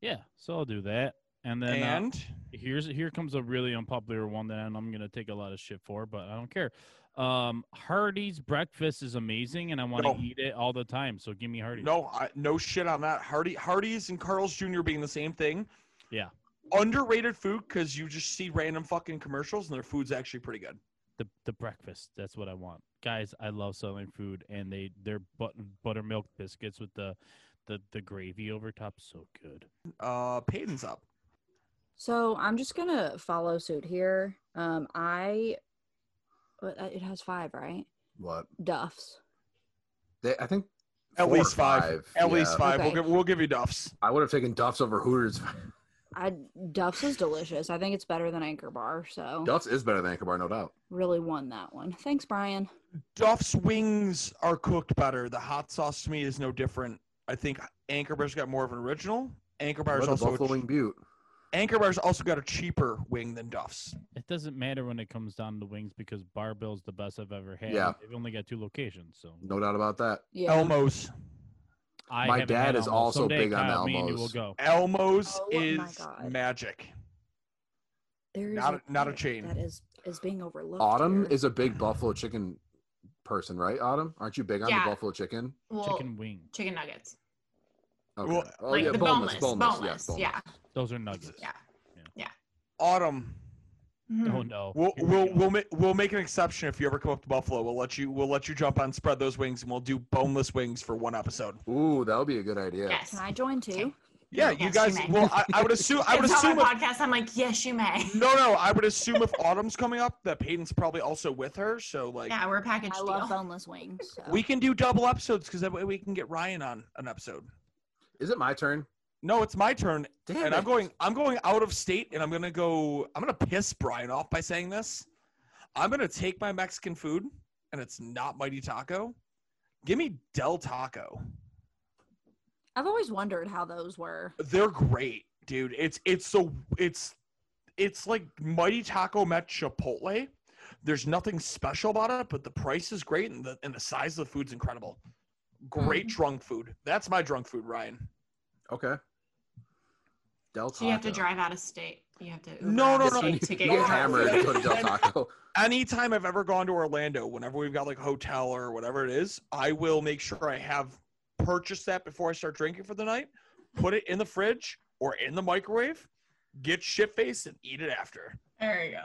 Speaker 1: Yeah, so I'll do that, and then uh,
Speaker 2: and
Speaker 1: here's here comes a really unpopular one that I'm gonna take a lot of shit for, but I don't care. Um, Hardee's breakfast is amazing, and I want to
Speaker 2: No.
Speaker 1: eat it all the time. So give me Hardee's.
Speaker 2: no, I, no shit on that. Hardy, Hardy's and Carl's Jr. being the same thing.
Speaker 1: Yeah.
Speaker 2: Underrated food because you just see random fucking commercials and their food's actually pretty good.
Speaker 1: the the breakfast. That's what I want, guys. I love Southern food, and they their but, buttermilk biscuits with the the the gravy over top, so good.
Speaker 2: Uh, Peyton's up.
Speaker 3: So I'm just gonna follow suit here. Um, I but, uh, it has five, right?
Speaker 6: What?
Speaker 3: Duff's.
Speaker 6: They, I think
Speaker 2: At
Speaker 6: four or
Speaker 2: least five. At least
Speaker 6: Yeah.
Speaker 2: five.
Speaker 3: Okay.
Speaker 2: We'll give we'll give you Duff's.
Speaker 6: I would have taken Duff's over Hooters.
Speaker 3: I Duff's is delicious. I think it's better than Anchor Bar, so
Speaker 6: Duff's is better than Anchor Bar, no doubt.
Speaker 3: really won that one. Thanks, Brian.
Speaker 2: Duff's wings are cooked better. The hot sauce to me is no different. I think Anchor Bar's got more of an original. Anchor
Speaker 6: Or
Speaker 2: Bar's
Speaker 6: the
Speaker 2: also a
Speaker 6: Buffalo
Speaker 2: ch-
Speaker 6: Wing Butte.
Speaker 2: Anchor Bar's also got a cheaper wing than Duff's.
Speaker 1: It doesn't matter when it comes down to wings because Barbell's the best I've ever had.
Speaker 6: Yeah.
Speaker 1: and they've only got two locations, so
Speaker 6: No doubt about that.
Speaker 3: Yeah.
Speaker 2: Elmo's.
Speaker 1: I
Speaker 6: My
Speaker 1: haven't
Speaker 6: dad
Speaker 1: had
Speaker 6: is
Speaker 1: Elmo's.
Speaker 6: also
Speaker 1: Someday,
Speaker 6: big on
Speaker 1: Kyle, me and you will
Speaker 6: Elmo's.
Speaker 1: go.
Speaker 2: Elmo's
Speaker 3: Oh my
Speaker 2: is
Speaker 3: God.
Speaker 2: magic.
Speaker 3: there
Speaker 2: not a- not a
Speaker 3: product
Speaker 2: chain.
Speaker 3: That is is being overlooked.
Speaker 6: Autumn
Speaker 3: here.
Speaker 6: is a big Buffalo chicken person, right, Autumn? Aren't you big on
Speaker 5: Yeah.
Speaker 6: the buffalo chicken?
Speaker 5: Well,
Speaker 1: Chicken wing.
Speaker 5: chicken nuggets.
Speaker 6: Okay.
Speaker 2: Well,
Speaker 6: oh,
Speaker 5: like
Speaker 6: yeah,
Speaker 5: the
Speaker 6: boneless,
Speaker 5: boneless,
Speaker 6: boneless, yeah,
Speaker 5: boneless,
Speaker 6: boneless.
Speaker 5: yeah.
Speaker 1: Those are nuggets.
Speaker 5: Yeah.
Speaker 2: Autumn.
Speaker 5: Mhm.
Speaker 1: Oh no.
Speaker 2: We'll
Speaker 1: Here we
Speaker 2: we'll
Speaker 1: go.
Speaker 2: we'll make we'll make an exception if you ever come up to Buffalo. We'll let you we'll let you jump on spread those wings and we'll do boneless wings for one episode.
Speaker 6: Ooh, that would be a good idea.
Speaker 5: Yes.
Speaker 3: Can I join too?
Speaker 2: Yeah,
Speaker 5: Yes,
Speaker 2: you
Speaker 5: you
Speaker 2: guys.
Speaker 5: may.
Speaker 2: Well, I, I would assume I would
Speaker 5: It's on
Speaker 2: assume
Speaker 5: my
Speaker 2: if,
Speaker 5: podcast. I'm like, yes, you may.
Speaker 6: Mm-hmm.
Speaker 2: no no I would assume if Autumn's coming up that Peyton's probably also with her. So like
Speaker 5: Yeah, we're a package
Speaker 3: I
Speaker 5: deal.
Speaker 3: love boneless wings. so-
Speaker 2: we can do double episodes because that way we can get Ryan on an episode.
Speaker 6: Is it my turn?
Speaker 2: No, it's my turn,
Speaker 6: Damn
Speaker 2: and
Speaker 6: it.
Speaker 2: I'm going. I'm going out of state, and I'm gonna go. I'm gonna piss Brian off by saying this. I'm gonna take my Mexican food, and it's not Mighty Taco. Give me Del Taco.
Speaker 3: I've always wondered how those were.
Speaker 2: They're great, dude. It's it's so it's it's like Mighty Taco met Chipotle. There's nothing special about it, but the price is great, and the and the size of the food's incredible. Great drunk food. That's my drunk food, Ryan.
Speaker 6: Okay. Del Taco.
Speaker 5: So you have to drive out of state. You have to Uber
Speaker 2: No,
Speaker 5: out
Speaker 2: no,
Speaker 5: of
Speaker 2: no.
Speaker 5: state to
Speaker 6: You
Speaker 5: get
Speaker 2: No,
Speaker 5: your
Speaker 6: get
Speaker 2: no,
Speaker 6: hammered
Speaker 5: hammered.
Speaker 6: and go to Del Taco.
Speaker 2: anytime I've ever gone to Orlando, whenever we've got like hotel or whatever it is, I will make sure I have purchased that before I start drinking for the night, put it in the fridge or in the microwave, get shit faced and eat it after.
Speaker 5: There you go.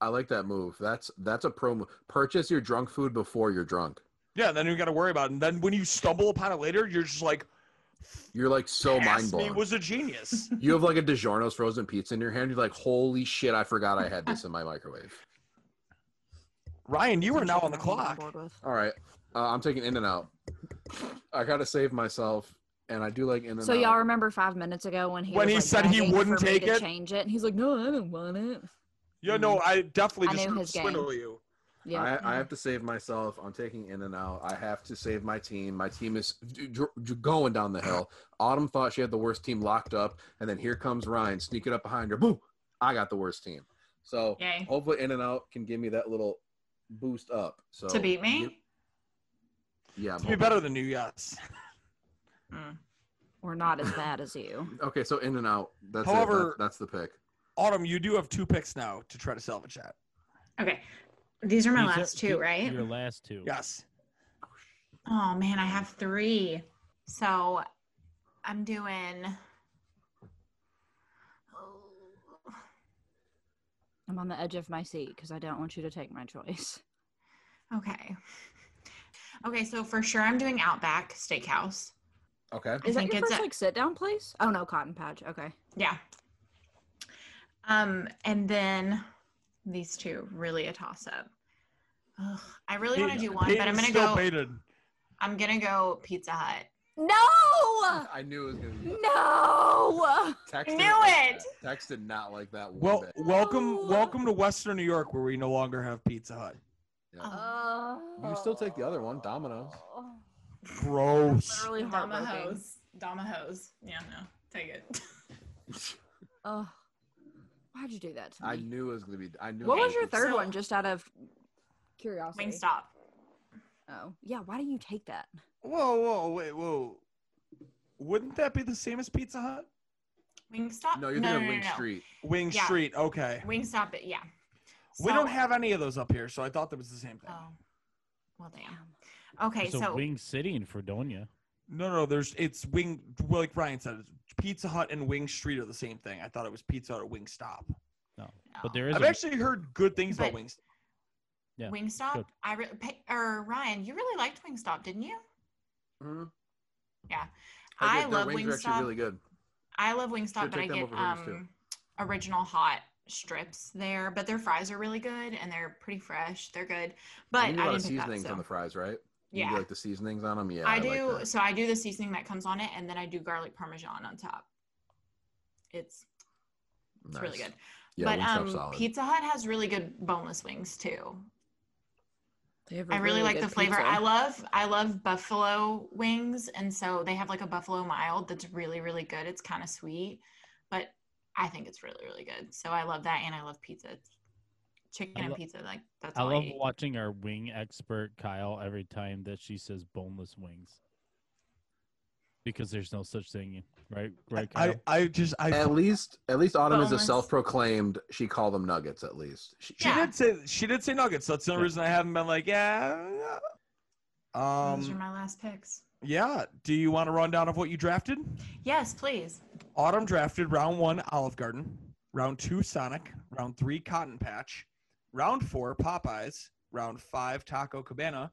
Speaker 6: I like that move. That's that's a promo. Purchase your drunk food before you're drunk.
Speaker 2: Yeah, then you got to worry about it. And then when you stumble upon it later, you're just like,
Speaker 6: You're like so mind
Speaker 2: "Ass me
Speaker 6: blown.
Speaker 2: was a genius.
Speaker 6: you have like a DiGiorno's frozen pizza in your hand. You're like, holy shit, I forgot I had this in my microwave.
Speaker 2: Ryan, you are
Speaker 3: Some
Speaker 2: now
Speaker 3: shit
Speaker 2: on the
Speaker 3: I'm not
Speaker 2: clock.
Speaker 3: bored with.
Speaker 6: All right, uh, I'm taking In and Out. I gotta save myself, and I do like In and
Speaker 3: So
Speaker 6: Out.
Speaker 3: y'all remember five minutes ago when he
Speaker 2: When
Speaker 3: was,
Speaker 2: he
Speaker 3: like,
Speaker 2: said he
Speaker 3: begging
Speaker 2: wouldn't
Speaker 3: for me
Speaker 2: take
Speaker 3: to
Speaker 2: it?
Speaker 3: change it, and he's like, "No, I don't want it."
Speaker 2: Yeah, no, I definitely
Speaker 3: I
Speaker 2: just
Speaker 3: knew
Speaker 2: couldn't
Speaker 3: his game.
Speaker 2: swindle you.
Speaker 3: Yeah,
Speaker 6: I, I have to save myself. I'm taking in and out. I have to save my team. My team is d- d- d- going down the hill. Autumn thought she had the worst team locked up, and then here comes Ryan sneaking up behind her. Boom! I got the worst team. So
Speaker 5: Yay.
Speaker 6: hopefully, in and out can give me that little boost up. So
Speaker 5: to beat
Speaker 6: you-
Speaker 5: me?
Speaker 6: yeah. I'm
Speaker 2: To be
Speaker 6: hoping-
Speaker 2: better than you, yes.
Speaker 5: Mm.
Speaker 3: we're not as bad as you.
Speaker 6: Okay, so in and out. That's it.
Speaker 2: However-
Speaker 6: That- that's the pick.
Speaker 2: Autumn, you do have two picks now to try to salvage that.
Speaker 5: Okay. These are my
Speaker 1: These are-
Speaker 5: last two,
Speaker 1: th-
Speaker 5: right?
Speaker 1: Your last two.
Speaker 2: Yes.
Speaker 5: Oh man, I have three. So I'm doing.
Speaker 3: I'm on the edge of my seat because I don't want you to take my choice.
Speaker 5: Okay. Okay, so for sure I'm doing Outback Steakhouse.
Speaker 6: Okay.
Speaker 5: I
Speaker 3: Is that
Speaker 5: think
Speaker 3: your
Speaker 5: it's
Speaker 3: first
Speaker 5: a-
Speaker 3: like sit down place? Oh no, Cotton Patch. Okay,
Speaker 5: Yeah. Um, and then these two really a toss up. Ugh, I really want to do one, but I'm
Speaker 2: Peyton's
Speaker 5: gonna
Speaker 2: still
Speaker 5: go.
Speaker 2: baited.
Speaker 5: I'm gonna go Pizza Hut.
Speaker 3: no,
Speaker 6: I knew it was gonna be.
Speaker 3: no.
Speaker 6: Text
Speaker 5: Knew
Speaker 6: didn't like
Speaker 5: it!
Speaker 6: that. Text did not like that one
Speaker 2: Well,
Speaker 6: bit.
Speaker 2: welcome,
Speaker 3: No.
Speaker 2: welcome to Western New York, where we no longer have Pizza Hut.
Speaker 5: Oh,
Speaker 6: You can still take the other one, Domino's.
Speaker 2: Gross.
Speaker 3: Oh, Literally heartbroken.
Speaker 5: Domahose. Domahose. Yeah, no, take it.
Speaker 3: Oh, why'd you do that to me?
Speaker 6: I knew it was gonna be. I knew.
Speaker 3: What
Speaker 6: it
Speaker 3: was your
Speaker 6: gonna
Speaker 3: third
Speaker 5: So-
Speaker 3: one? Just out of curiosity.
Speaker 5: Wingstop.
Speaker 3: Oh, yeah. Why do you take that?
Speaker 2: Whoa, whoa, wait, whoa. Wouldn't that be the same as Pizza Hut?
Speaker 5: Wingstop.
Speaker 6: be- No, you're doing Wing Street.
Speaker 2: Wing
Speaker 5: Yeah.
Speaker 2: Street. Okay.
Speaker 5: Wingstop. it- Yeah.
Speaker 2: we
Speaker 5: So-
Speaker 2: don't have any of those up here, so I thought that was the same thing.
Speaker 5: Oh, well, damn. Okay,
Speaker 1: So,
Speaker 5: so
Speaker 1: Wing City in Fredonia.
Speaker 2: No, no, there's it's Wing. Well, like Ryan said, it's Pizza Hut and Wing Street are the same thing. I thought it was Pizza Hut or Wing Stop.
Speaker 1: But
Speaker 5: no.
Speaker 1: there is
Speaker 2: I've
Speaker 1: a-
Speaker 2: actually heard good things about
Speaker 5: But-
Speaker 2: Wing.
Speaker 1: yeah,
Speaker 5: Wingstop.
Speaker 1: good.
Speaker 5: I re- pay, or Ryan, you really liked Wingstop, didn't you?
Speaker 6: Mhm.
Speaker 5: I,
Speaker 6: did. Their
Speaker 5: love
Speaker 6: wings are
Speaker 5: Wingstop.
Speaker 6: actually really good.
Speaker 5: I love Wingstop,
Speaker 6: Should
Speaker 5: but I
Speaker 6: take them
Speaker 5: get
Speaker 6: over Hooters, too.
Speaker 5: um, original hot strips there. But their fries are really good and they're pretty fresh. They're good. But
Speaker 6: you do a
Speaker 5: I
Speaker 6: lot of
Speaker 5: didn't pick that.
Speaker 6: seasonings
Speaker 5: So.
Speaker 6: on the fries, right? You
Speaker 5: yeah,
Speaker 6: do like the seasonings on them. Yeah,
Speaker 5: I
Speaker 6: like
Speaker 5: do.
Speaker 6: that.
Speaker 5: so I do the seasoning that comes on it, and then I do garlic parmesan on top. It's it's really
Speaker 6: Nice.
Speaker 5: good.
Speaker 6: Yeah,
Speaker 5: but
Speaker 6: Wingstop's
Speaker 5: um,
Speaker 6: solid.
Speaker 5: Pizza Hut has really good boneless wings too.
Speaker 3: They have a
Speaker 5: I really like
Speaker 3: good
Speaker 5: the flavor.
Speaker 3: pizza.
Speaker 5: I love I love buffalo wings, and so they have like a buffalo mild that's really really good. It's kind of sweet, but I think it's really really good. So I love that, and I love pizza, It's chicken
Speaker 1: I
Speaker 5: and
Speaker 1: lo-
Speaker 5: pizza. Like that's
Speaker 1: I
Speaker 5: all I
Speaker 1: love
Speaker 5: eat.
Speaker 1: watching our wing expert Kyle every time that she says boneless wings. because there's no such thing, right? Right.
Speaker 2: I,
Speaker 1: Kyle?
Speaker 2: I just I
Speaker 6: At least, at least Autumn is a
Speaker 5: Boneless.
Speaker 6: self-proclaimed. She called them nuggets. At least she,
Speaker 2: she
Speaker 5: Yeah.
Speaker 2: did say she did say nuggets. That's the only
Speaker 1: Yeah.
Speaker 2: reason I haven't been like yeah.
Speaker 5: Those are
Speaker 2: Um,
Speaker 5: my last picks.
Speaker 2: yeah. Do you want a rundown of what you drafted?
Speaker 5: Yes, please.
Speaker 2: Autumn drafted round one Olive Garden, round two Sonic, round three Cotton Patch, round four Popeyes, round five Taco Cabana,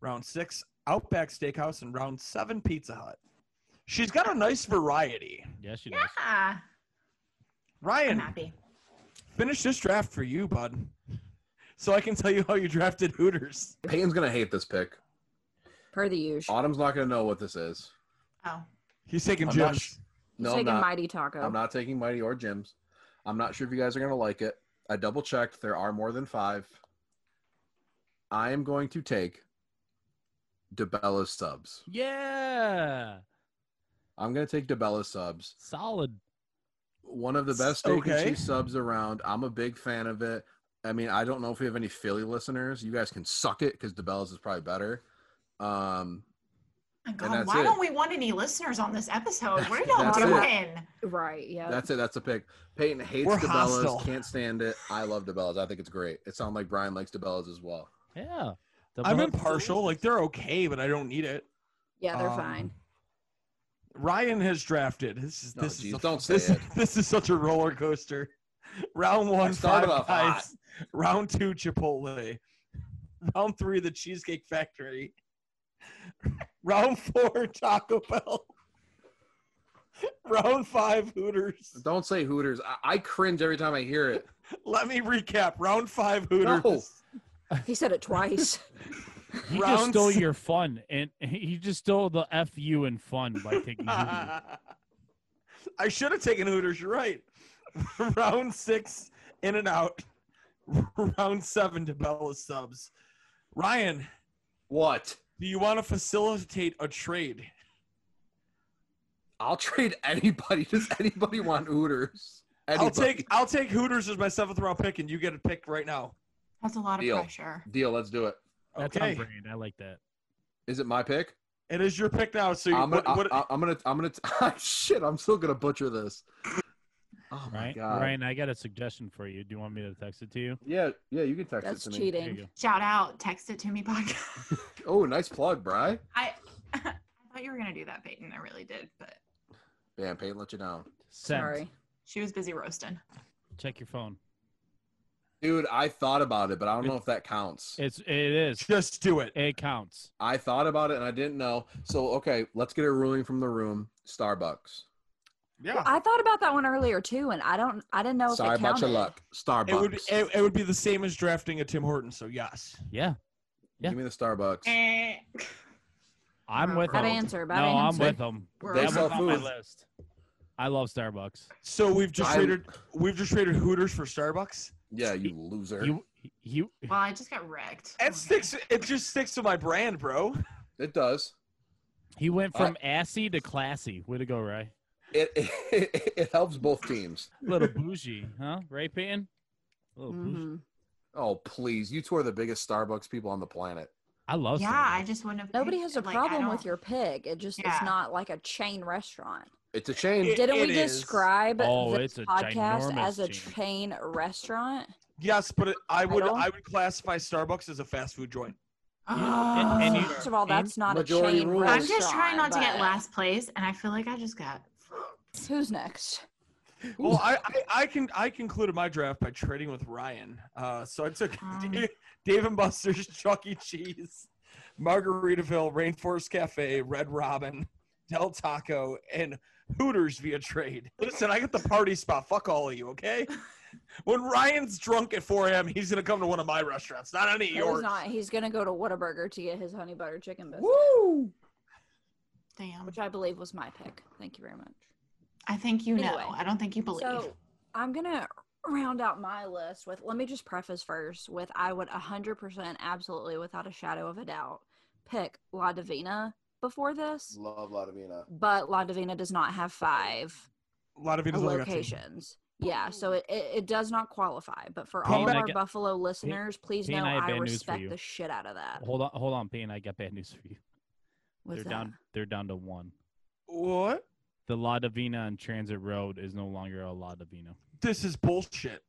Speaker 2: round six Outback Steakhouse, and round seven Pizza Hut. She's got a nice variety.
Speaker 1: yes, she does.
Speaker 5: Yeah. Ah, I'm
Speaker 2: Ryan,
Speaker 5: happy.
Speaker 2: finish this draft for you, bud, so I can tell you how you drafted Hooters.
Speaker 6: Peyton's gonna hate this pick.
Speaker 3: Per the usual.
Speaker 6: Autumn's not gonna know what this is.
Speaker 5: Oh.
Speaker 2: He's taking
Speaker 6: I'm not
Speaker 2: Jim's.
Speaker 6: No, I'm
Speaker 3: taking
Speaker 6: not.
Speaker 3: Mighty Taco.
Speaker 6: I'm not taking Mighty or Jim's. I'm not sure if you guys are gonna like it. I double checked. There are more than five. I am going to take DeBella's subs.
Speaker 1: Yeah,
Speaker 6: I'm gonna take DeBella's subs.
Speaker 1: solid.
Speaker 6: One of the best steak
Speaker 2: Okay.
Speaker 6: and cheese subs around. I'm a big fan of it. I mean, I don't know if we have any Philly listeners. You guys can suck it because DeBella's is probably better. Um,
Speaker 5: My
Speaker 6: that's
Speaker 5: God, why
Speaker 6: it.
Speaker 5: don't we want any listeners on this episode? Where are y'all
Speaker 6: That's
Speaker 3: it.
Speaker 5: going?
Speaker 3: right. Yeah.
Speaker 6: That's it. That's a pick. Peyton hates
Speaker 2: We're
Speaker 6: DeBellas.
Speaker 2: hostile.
Speaker 6: Can't stand it. I love DeBellas. I think it's great. It sounds like Brian likes DeBellas as well.
Speaker 1: Yeah, The
Speaker 2: I'm
Speaker 1: bu-
Speaker 2: impartial. Like they're okay, but I don't need it.
Speaker 3: yeah, they're
Speaker 2: um,
Speaker 3: fine.
Speaker 2: Ryan has drafted. This is
Speaker 6: No,
Speaker 2: this
Speaker 6: geez,
Speaker 2: is a-
Speaker 6: don't say
Speaker 2: this,
Speaker 6: it.
Speaker 2: this is such a roller coaster. Round one,
Speaker 6: started
Speaker 2: five
Speaker 6: off hot.
Speaker 2: guys. Round two, Chipotle. Round three, the Cheesecake Factory. round four, Taco Bell. round five, Hooters.
Speaker 6: Don't say Hooters. I, I cringe every time I hear it.
Speaker 2: Let me recap. Round five, Hooters.
Speaker 6: No.
Speaker 3: He said it twice.
Speaker 1: He just
Speaker 2: round
Speaker 1: stole
Speaker 2: six.
Speaker 1: your fun, and he just stole the fu and fun by taking. Hooters.
Speaker 2: I should have taken Hooters. You're right. Round six, in and out. Round seven to Bella subs. Ryan,
Speaker 6: What?
Speaker 2: do you want to facilitate a trade?
Speaker 6: I'll trade anybody. Does anybody want Hooters?
Speaker 2: I'll
Speaker 6: Anybody.
Speaker 2: take I'll take Hooters as my seventh round pick, and you get a pick right now.
Speaker 5: That's a lot of
Speaker 6: Deal.
Speaker 5: pressure.
Speaker 6: deal. Let's do it.
Speaker 1: That's on
Speaker 2: Okay,
Speaker 1: brand. I like that.
Speaker 6: Is it my pick?
Speaker 2: it is your pick now. So you,
Speaker 6: I'm gonna.
Speaker 2: what, what,
Speaker 6: I, I, am gonna. I'm gonna. shit! I'm still gonna butcher this. Oh my
Speaker 1: Right,
Speaker 6: god.
Speaker 1: Ryan. I got a suggestion for you. Do you want me to text it to you?
Speaker 6: Yeah. Yeah. You can text
Speaker 3: That's
Speaker 6: it to
Speaker 1: There you
Speaker 3: cheating.
Speaker 1: go.
Speaker 5: Shout out, text it to me podcast.
Speaker 6: me. Oh, nice plug, Bry.
Speaker 5: I I thought you were gonna do that, Peyton. I really did, but
Speaker 6: Yeah, Peyton let you down.
Speaker 1: Send.
Speaker 3: Sorry.
Speaker 5: she was busy roasting.
Speaker 1: Check your phone.
Speaker 6: Dude, I thought about it, but I don't know if that counts.
Speaker 1: It's it is.
Speaker 2: just do it.
Speaker 1: It counts.
Speaker 6: I thought about it and I didn't know. So okay, let's get a ruling from the room. Starbucks.
Speaker 2: Yeah,
Speaker 3: I thought about that one earlier too, and I don't. I didn't know if
Speaker 6: Sorry
Speaker 3: it
Speaker 6: about
Speaker 3: counted.
Speaker 6: your luck. Starbucks.
Speaker 2: it would be it, it would be the same as drafting a Tim Horton. So yes,
Speaker 1: Yeah, yeah.
Speaker 6: Give me the Starbucks.
Speaker 5: Eh,
Speaker 1: I'm with
Speaker 3: Bad
Speaker 5: I'd
Speaker 1: him.
Speaker 3: answer. Bad
Speaker 1: No, I'm
Speaker 3: answer.
Speaker 1: with him.
Speaker 5: we're
Speaker 6: They
Speaker 5: all-
Speaker 1: That was
Speaker 6: sell
Speaker 1: on my
Speaker 6: food.
Speaker 1: list. I love Starbucks.
Speaker 2: so we've just
Speaker 6: I'm-
Speaker 2: traded we've just traded Hooters for Starbucks.
Speaker 6: Yeah, you loser.
Speaker 1: You you
Speaker 5: Well, I just got wrecked.
Speaker 2: It
Speaker 5: Okay.
Speaker 2: sticks. It just sticks to my brand, bro.
Speaker 6: It does.
Speaker 1: He went
Speaker 3: Uh,
Speaker 1: from assy to classy. Way to go, Ray.
Speaker 6: It, it it helps both teams.
Speaker 1: little bougie, huh? Ray Payton? A little bougie.
Speaker 3: Mhm.
Speaker 6: Oh please, you two are the biggest Starbucks people on the planet.
Speaker 1: I love
Speaker 5: Yeah,
Speaker 1: Starbucks.
Speaker 5: I just wouldn't have.
Speaker 3: Nobody
Speaker 5: picked
Speaker 3: has a
Speaker 5: it. Like, I
Speaker 3: problem with
Speaker 5: don't-
Speaker 3: your pig. It just
Speaker 5: Yeah.
Speaker 3: it's not like a chain restaurant.
Speaker 6: It's a shame.
Speaker 2: It-
Speaker 3: Didn't we
Speaker 2: is.
Speaker 3: describe
Speaker 1: Oh,
Speaker 3: this
Speaker 1: it's a
Speaker 3: podcast
Speaker 1: ginormous
Speaker 3: as a
Speaker 1: chain.
Speaker 3: chain restaurant?
Speaker 2: Yes, but it, I would
Speaker 3: Title?
Speaker 2: I would classify Starbucks as a fast food joint.
Speaker 1: Yeah, and- and you-
Speaker 5: Ugh.
Speaker 3: First of all, that's not a
Speaker 6: Majority
Speaker 3: chain
Speaker 6: rules.
Speaker 5: I'm
Speaker 3: restaurant.
Speaker 5: just trying not to get
Speaker 3: Oh, but-
Speaker 5: last place, and I feel like I just got.
Speaker 3: Who's next?
Speaker 2: Well, I, I, I can I concluded my draft by trading with Ryan. Uh, so I took
Speaker 5: Um.
Speaker 2: Dave and Buster's, Chuck E. Cheese, Margaritaville, Rainforest Cafe, Red Robin, Del Taco, and Hooters via trade. Listen, I get the party spot. Fuck all of you, okay? When Ryan's drunk at 4 a.m., he's gonna come to one of my restaurants, not any of
Speaker 3: No, he's
Speaker 2: yours.
Speaker 3: not. He's gonna go to Whataburger to get his honey butter chicken biscuit,
Speaker 5: Damn.
Speaker 3: which I believe was my pick. Thank you very much.
Speaker 5: I think you know.
Speaker 3: Anyway.
Speaker 5: I don't think you believe.
Speaker 3: So I'm gonna round out my list with. Let me just preface first with I would 100% absolutely, without a shadow of a doubt, pick La Divina before this,
Speaker 6: Love Latvina.
Speaker 3: but La Divina does not have five
Speaker 2: A lot of it is only got two.
Speaker 3: locations. Yeah, so it, it, it does not qualify. But for
Speaker 1: Payne,
Speaker 3: all of
Speaker 1: I
Speaker 3: our
Speaker 1: got-
Speaker 3: Buffalo listeners, please
Speaker 1: Payne,
Speaker 3: know
Speaker 1: I have
Speaker 3: I,
Speaker 1: bad news for
Speaker 3: respect
Speaker 1: you.
Speaker 3: the shit out of that.
Speaker 1: Hold on, hold on, Payne. I got bad news for you.
Speaker 3: What's
Speaker 1: they're
Speaker 3: that?
Speaker 1: down. They're down to one.
Speaker 2: What?
Speaker 1: The La Divina on Transit Road is no longer a La Divina.
Speaker 2: This is bullshit.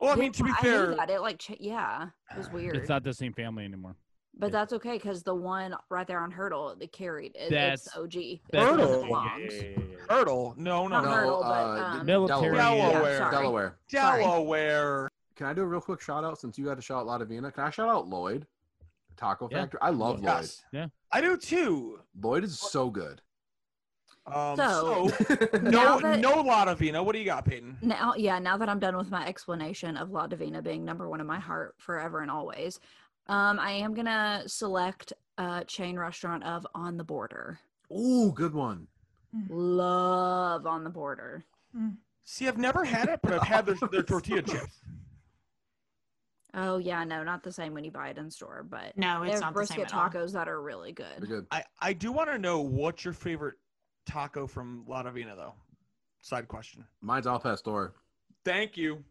Speaker 2: Well, I mean, to be
Speaker 3: I
Speaker 2: fair,
Speaker 3: knew that. It like, ch- yeah, it was weird.
Speaker 1: It's not the same family anymore.
Speaker 3: but that's okay because the one right there on hurdle that carried it, it's
Speaker 1: That's-
Speaker 3: OG. It's
Speaker 1: That's-
Speaker 3: where
Speaker 2: Hurdle?
Speaker 3: it belongs.
Speaker 2: Hurdle. No, no,
Speaker 3: Not
Speaker 2: no.
Speaker 3: Hurdle, but,
Speaker 6: uh,
Speaker 3: um,
Speaker 1: Military.
Speaker 2: Delaware.
Speaker 1: yeah.
Speaker 2: Delaware.
Speaker 3: sorry.
Speaker 6: Delaware.
Speaker 3: Sorry.
Speaker 2: Delaware.
Speaker 6: Can I do a real quick shout out since you got to shout out Latavina? Can I shout out Lloyd? Taco
Speaker 1: Yeah.
Speaker 6: Factory. I love
Speaker 2: Yes.
Speaker 1: Yeah.
Speaker 2: I do too.
Speaker 6: Lloyd. Lloyd is so good.
Speaker 2: Um,
Speaker 3: So-
Speaker 2: so,
Speaker 3: Now
Speaker 2: no,
Speaker 3: that-
Speaker 2: no Latavina. What do you got, Peyton?
Speaker 3: Now, yeah, now that I'm done with my explanation of La Divina being number one in my heart forever and always, um, I am gonna select a chain restaurant of On the Border.
Speaker 6: Ooh, good one.
Speaker 3: Love On the Border.
Speaker 2: See, I've never had it, but I've had their, their tortilla chips.
Speaker 3: Oh yeah, no, not the same when you buy it in store, but
Speaker 5: No,
Speaker 3: they
Speaker 5: it's
Speaker 3: have
Speaker 5: not the same
Speaker 3: brisket
Speaker 5: at all.
Speaker 3: tacos that are really
Speaker 6: They're
Speaker 3: good.
Speaker 6: good.
Speaker 2: I, I do want to know what's your favorite taco from Latavina, though. Side question.
Speaker 6: Mine's Al Pastor.
Speaker 2: Thank you.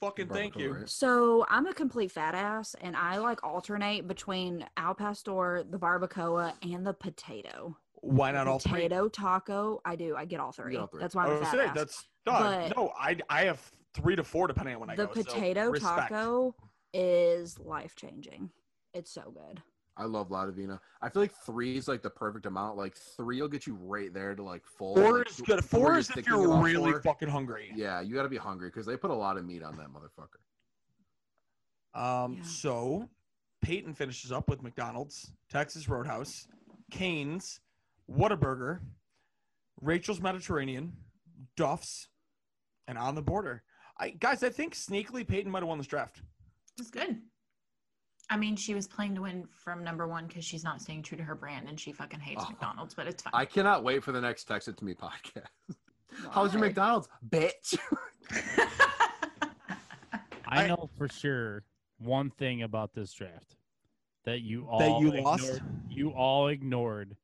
Speaker 2: Fucking thank
Speaker 6: Barbacoa,
Speaker 2: you.
Speaker 6: right?
Speaker 3: So I'm a complete fat ass, and I like alternate between al pastor, the barbacoa, and the potato.
Speaker 2: Why not all three?
Speaker 3: potato taco. I do. I get all three.
Speaker 6: all three.
Speaker 3: That's why I'm a
Speaker 2: Oh,
Speaker 3: fat
Speaker 2: so
Speaker 3: ass.
Speaker 2: that's dog.
Speaker 3: But-
Speaker 2: no. I I have three to four depending on when I
Speaker 3: the
Speaker 2: go. so
Speaker 3: potato
Speaker 2: respect.
Speaker 3: taco is life changing. It's so good.
Speaker 6: I love Latavina. I feel like three is like the perfect amount. Like three will get you right there to like full.
Speaker 2: Four
Speaker 6: like,
Speaker 2: is good.
Speaker 6: before
Speaker 2: Four is if
Speaker 6: thinking
Speaker 2: you're
Speaker 6: about
Speaker 2: really
Speaker 6: four.
Speaker 2: fucking hungry.
Speaker 6: Yeah, you got to be hungry because they put a lot of meat on that motherfucker.
Speaker 2: Um.
Speaker 3: Yeah.
Speaker 2: So, Peyton finishes up with McDonald's, Texas Roadhouse, Canes, Whataburger, Rachel's Mediterranean, Duff's, and On the Border. I guys, I think sneakily Peyton might have won this draft.
Speaker 5: It's good. I mean, she was playing to win from number one because she's not staying true to her brand and she fucking hates
Speaker 6: Oh.
Speaker 5: McDonald's, but it's fine.
Speaker 6: I cannot wait for the next Text It To Me podcast. How's your
Speaker 3: Why?
Speaker 6: McDonald's, bitch?
Speaker 1: I
Speaker 2: I-
Speaker 1: know for sure one thing about this draft that you all
Speaker 2: that you
Speaker 1: ignored-
Speaker 2: lost.
Speaker 1: You all ignored.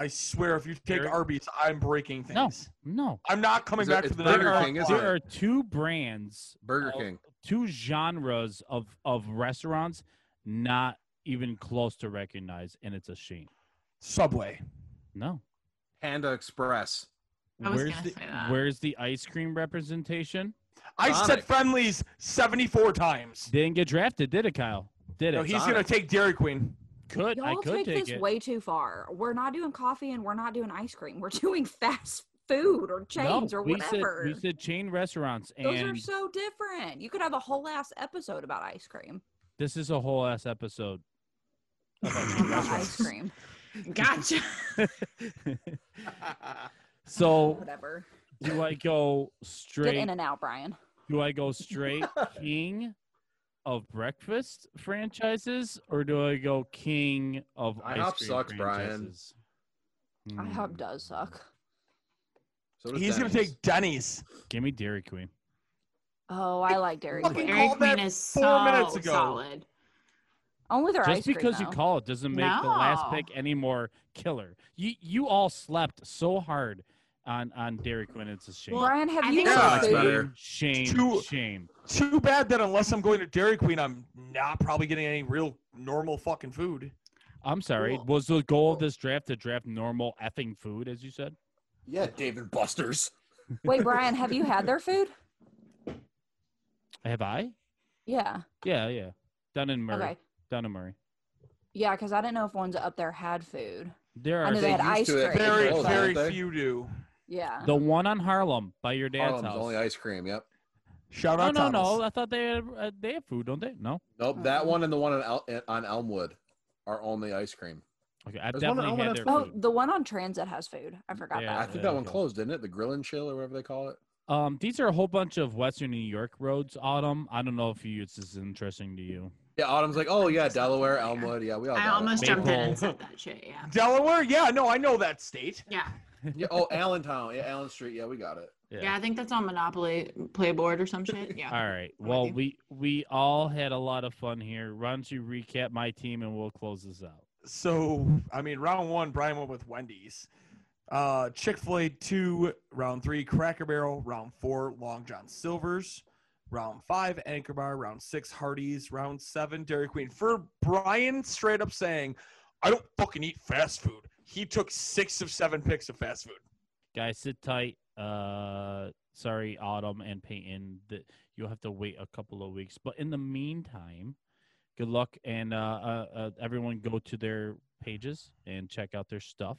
Speaker 2: I swear, if you take
Speaker 1: There-
Speaker 2: Arby's, I'm breaking things.
Speaker 1: No. No,
Speaker 2: I'm not coming
Speaker 6: Is it-
Speaker 2: back
Speaker 6: it's
Speaker 2: to the
Speaker 6: Burger
Speaker 2: next
Speaker 6: King,
Speaker 2: one.
Speaker 6: isn't it?
Speaker 1: there are two brands,
Speaker 6: Burger
Speaker 1: Oh.
Speaker 6: King.
Speaker 1: two genres of of restaurants not even close to recognize, and it's a shame.
Speaker 2: Subway.
Speaker 1: No,
Speaker 6: Panda Express.
Speaker 5: I was
Speaker 1: where's
Speaker 5: gonna
Speaker 1: the
Speaker 5: say that.
Speaker 1: where's the ice cream representation?
Speaker 2: I
Speaker 6: Sonic.
Speaker 2: said friendlies 74 times.
Speaker 1: Didn't get drafted, did it, Kyle? Did it?
Speaker 2: No, he's
Speaker 6: Sonic.
Speaker 2: going to take Dairy Queen.
Speaker 1: could I
Speaker 3: Y'all
Speaker 1: could
Speaker 3: take,
Speaker 1: take
Speaker 3: this
Speaker 1: it?
Speaker 3: way too far. We're not doing coffee and we're not doing ice cream. We're doing fast food or chains
Speaker 1: no,
Speaker 3: or
Speaker 1: we said
Speaker 3: whatever.
Speaker 1: we said chain restaurants,
Speaker 3: Those
Speaker 1: and
Speaker 3: are so different. You could have a whole ass episode about ice cream.
Speaker 1: this is a whole ass episode.
Speaker 3: About ice cream.
Speaker 5: gotcha.
Speaker 1: so
Speaker 3: Whatever.
Speaker 1: do I go
Speaker 3: Get
Speaker 1: straight?
Speaker 3: in and out, Brian.
Speaker 1: Do I go straight king of breakfast franchises, or do I go king of ice
Speaker 6: IHOP
Speaker 1: cream
Speaker 6: sucks, Brian.
Speaker 1: franchises?
Speaker 3: I hope
Speaker 1: Mm,
Speaker 3: does suck.
Speaker 6: So does
Speaker 2: He's going to
Speaker 6: Denny's.
Speaker 2: take Denny's.
Speaker 1: Give me Dairy Queen.
Speaker 3: Oh, I like Dairy
Speaker 2: Fucking
Speaker 3: Queen.
Speaker 5: Dairy
Speaker 2: called
Speaker 5: Queen
Speaker 2: that
Speaker 5: is
Speaker 2: four
Speaker 5: so
Speaker 2: minutes ago.
Speaker 5: solid.
Speaker 3: Only their ice
Speaker 1: Just
Speaker 3: cream.
Speaker 1: because you
Speaker 3: though.
Speaker 1: call it doesn't make the last
Speaker 5: No.
Speaker 1: pick any more killer. You you all slept so hard on on Dairy Queen. It's a shame.
Speaker 3: Brian, have
Speaker 5: I
Speaker 3: you
Speaker 5: think
Speaker 3: had
Speaker 2: Sonic's
Speaker 3: food?
Speaker 6: better.
Speaker 1: Shame,
Speaker 2: Two-
Speaker 1: shame.
Speaker 2: Too bad that unless I'm going to Dairy Queen, I'm not probably getting any real normal fucking food.
Speaker 1: I'm sorry.
Speaker 5: Cool.
Speaker 1: Was the goal of this draft to draft normal effing food, as you said?
Speaker 6: Yeah, David Buster's.
Speaker 3: Wait, Brian, have you had their food?
Speaker 1: Have I?
Speaker 3: Yeah.
Speaker 1: Yeah, yeah. Down in Murray.
Speaker 3: Okay.
Speaker 1: Down in Murray.
Speaker 3: Yeah, because I didn't know if ones up there had food.
Speaker 1: There
Speaker 3: I
Speaker 1: are
Speaker 3: know they had
Speaker 6: They
Speaker 3: ice
Speaker 6: used
Speaker 3: cream.
Speaker 6: to it.
Speaker 2: Very,
Speaker 6: Oh, is that
Speaker 2: very
Speaker 6: what they-
Speaker 2: few do.
Speaker 3: Yeah.
Speaker 5: Uh-huh.
Speaker 1: The one on Harlem by your dad's
Speaker 6: Harlem's
Speaker 1: house. Oh,
Speaker 6: only ice cream. Yep.
Speaker 2: Shout
Speaker 1: no,
Speaker 2: out
Speaker 1: no,
Speaker 2: Thomas.
Speaker 1: no. I thought they had, uh, they have food, don't they? No.
Speaker 6: Nope. That
Speaker 3: Oh.
Speaker 6: one and the one on, El- on Elmwood are only ice cream.
Speaker 1: Okay, I
Speaker 6: There's one-
Speaker 1: definitely
Speaker 6: I
Speaker 1: had
Speaker 6: wanna
Speaker 1: their
Speaker 6: have
Speaker 3: oh,
Speaker 1: food.
Speaker 3: the one on transit has food. I forgot
Speaker 1: Yeah.
Speaker 6: I
Speaker 3: that.
Speaker 6: think
Speaker 1: there
Speaker 6: that
Speaker 1: we
Speaker 6: one
Speaker 1: go.
Speaker 6: closed, didn't it? The Grill and Chill or whatever they call it.
Speaker 1: Um, these are a whole bunch of Western New York roads. Autumn. I don't know if you, it's as interesting to you.
Speaker 6: Yeah, Autumn's like, oh yeah,
Speaker 5: Something
Speaker 6: Delaware,
Speaker 5: there.
Speaker 6: Elmwood. Yeah,
Speaker 2: Oh,
Speaker 6: we all.
Speaker 5: I
Speaker 6: got it.
Speaker 5: almost jumped in and
Speaker 1: Maple.
Speaker 5: said that shit. Yeah.
Speaker 2: Delaware? Yeah, no, I know that state.
Speaker 5: Yeah.
Speaker 6: Yeah, oh, Allentown. Yeah, Allen Street. Yeah, we got it.
Speaker 5: Yeah. I think that's on Monopoly Playboard or some shit. Yeah.
Speaker 1: All right.
Speaker 5: I'm with
Speaker 1: Well,
Speaker 5: you.
Speaker 1: we we all had a lot of fun here. Why don't you recap my team and we'll close this out?
Speaker 2: So, I mean, round one, Brian went with Wendy's. Uh, Chick fil A, two. Round three, Cracker Barrel. Round four, Long John Silver's. Round five, Anchor Bar. Round six, Hardee's. Round seven, Dairy Queen. For Brian straight up saying, I don't fucking eat fast food. He took six of seven picks of fast food.
Speaker 1: Guys, sit tight. Uh, sorry, Autumn and Peyton, that you'll have to wait a couple of weeks. But in the meantime, good luck and uh, uh, uh everyone go to their pages and check out their stuff.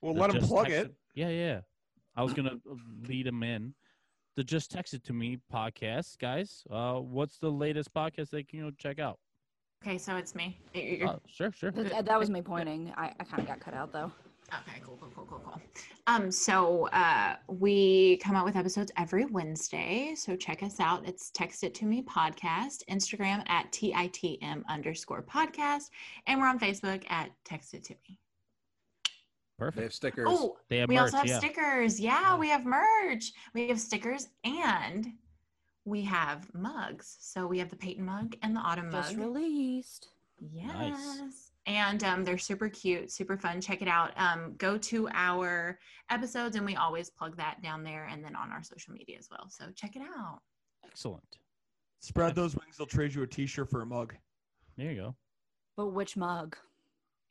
Speaker 2: Well,
Speaker 1: The
Speaker 2: let him
Speaker 1: Just
Speaker 2: plug
Speaker 1: Text
Speaker 2: it.
Speaker 1: Yeah, yeah. I was gonna lead him in. The Just Text It to Me podcast, guys. Uh, what's the latest podcast they can go check out?
Speaker 5: Okay, so it's me. You're- you're-
Speaker 1: Uh, sure, sure.
Speaker 3: Th- th- that was me pointing. I, I kind of got cut out though.
Speaker 5: Okay, cool, cool, cool, cool, cool. Um, so uh, we come out with episodes every Wednesday. So check us out. It's Text It To Me Podcast, Instagram at TITM underscore podcast, and we're on Facebook at Text It To Me.
Speaker 6: They
Speaker 1: Perfect.
Speaker 6: have stickers.
Speaker 5: Oh,
Speaker 1: They have
Speaker 5: we
Speaker 1: merch,
Speaker 5: also have
Speaker 1: yeah.
Speaker 5: stickers. Yeah, we have merch. We have stickers and we have mugs. So we have the Peyton mug and the Autumn
Speaker 3: Just
Speaker 5: mug.
Speaker 3: released.
Speaker 5: Yes. And um, they're super cute, super fun. Check it out. Um, go to our episodes, and we always plug that down there and then on our social media as well. So check it out.
Speaker 1: Excellent.
Speaker 2: Spread those wings. They'll trade you a T-shirt for a mug.
Speaker 1: There you go.
Speaker 3: But which mug?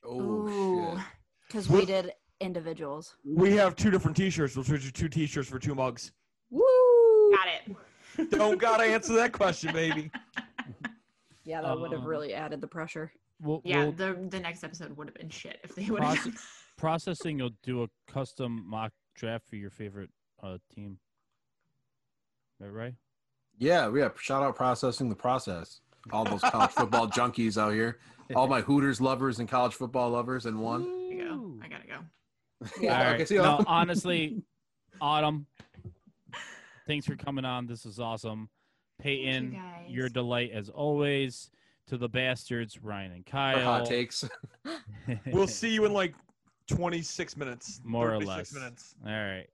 Speaker 6: Oh, shit.
Speaker 3: Because we
Speaker 2: Wh-
Speaker 3: did individuals.
Speaker 2: We have two different T-shirts. We'll trade you two T-shirts for two mugs.
Speaker 3: Woo!
Speaker 5: Got it.
Speaker 2: Don't gotta answer that question, baby.
Speaker 3: Yeah, that would have
Speaker 1: Um,
Speaker 3: really added the pressure.
Speaker 1: We'll,
Speaker 5: Yeah,
Speaker 1: we'll-
Speaker 5: the the next episode would have been shit if they would have.
Speaker 1: Possi- processing will do a custom mock draft for your favorite uh, team. Right, right?
Speaker 6: Yeah, yeah. Shout out processing the process. All those college football junkies out here. All my Hooters lovers and college football lovers in one.
Speaker 5: There you go.
Speaker 1: Ooh.
Speaker 5: I gotta go.
Speaker 3: Yeah.
Speaker 1: All right.
Speaker 6: Okay, see y'all.
Speaker 1: no, honestly, Autumn, thanks for coming on. This is awesome. Peyton,
Speaker 5: guys.
Speaker 1: your delight as always. To the bastards, Ryan and
Speaker 6: Our
Speaker 1: Kyle.
Speaker 6: hot takes.
Speaker 2: We'll see you in like 26 minutes.
Speaker 1: More or
Speaker 2: 36
Speaker 1: less.
Speaker 2: Minutes.
Speaker 1: All right.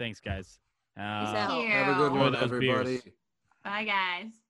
Speaker 1: Thanks, guys. Uh,
Speaker 3: out.
Speaker 5: Thank
Speaker 6: Have a good
Speaker 5: you.
Speaker 1: Enjoy
Speaker 6: one,
Speaker 1: those beers.
Speaker 6: everybody.
Speaker 5: Bye, guys.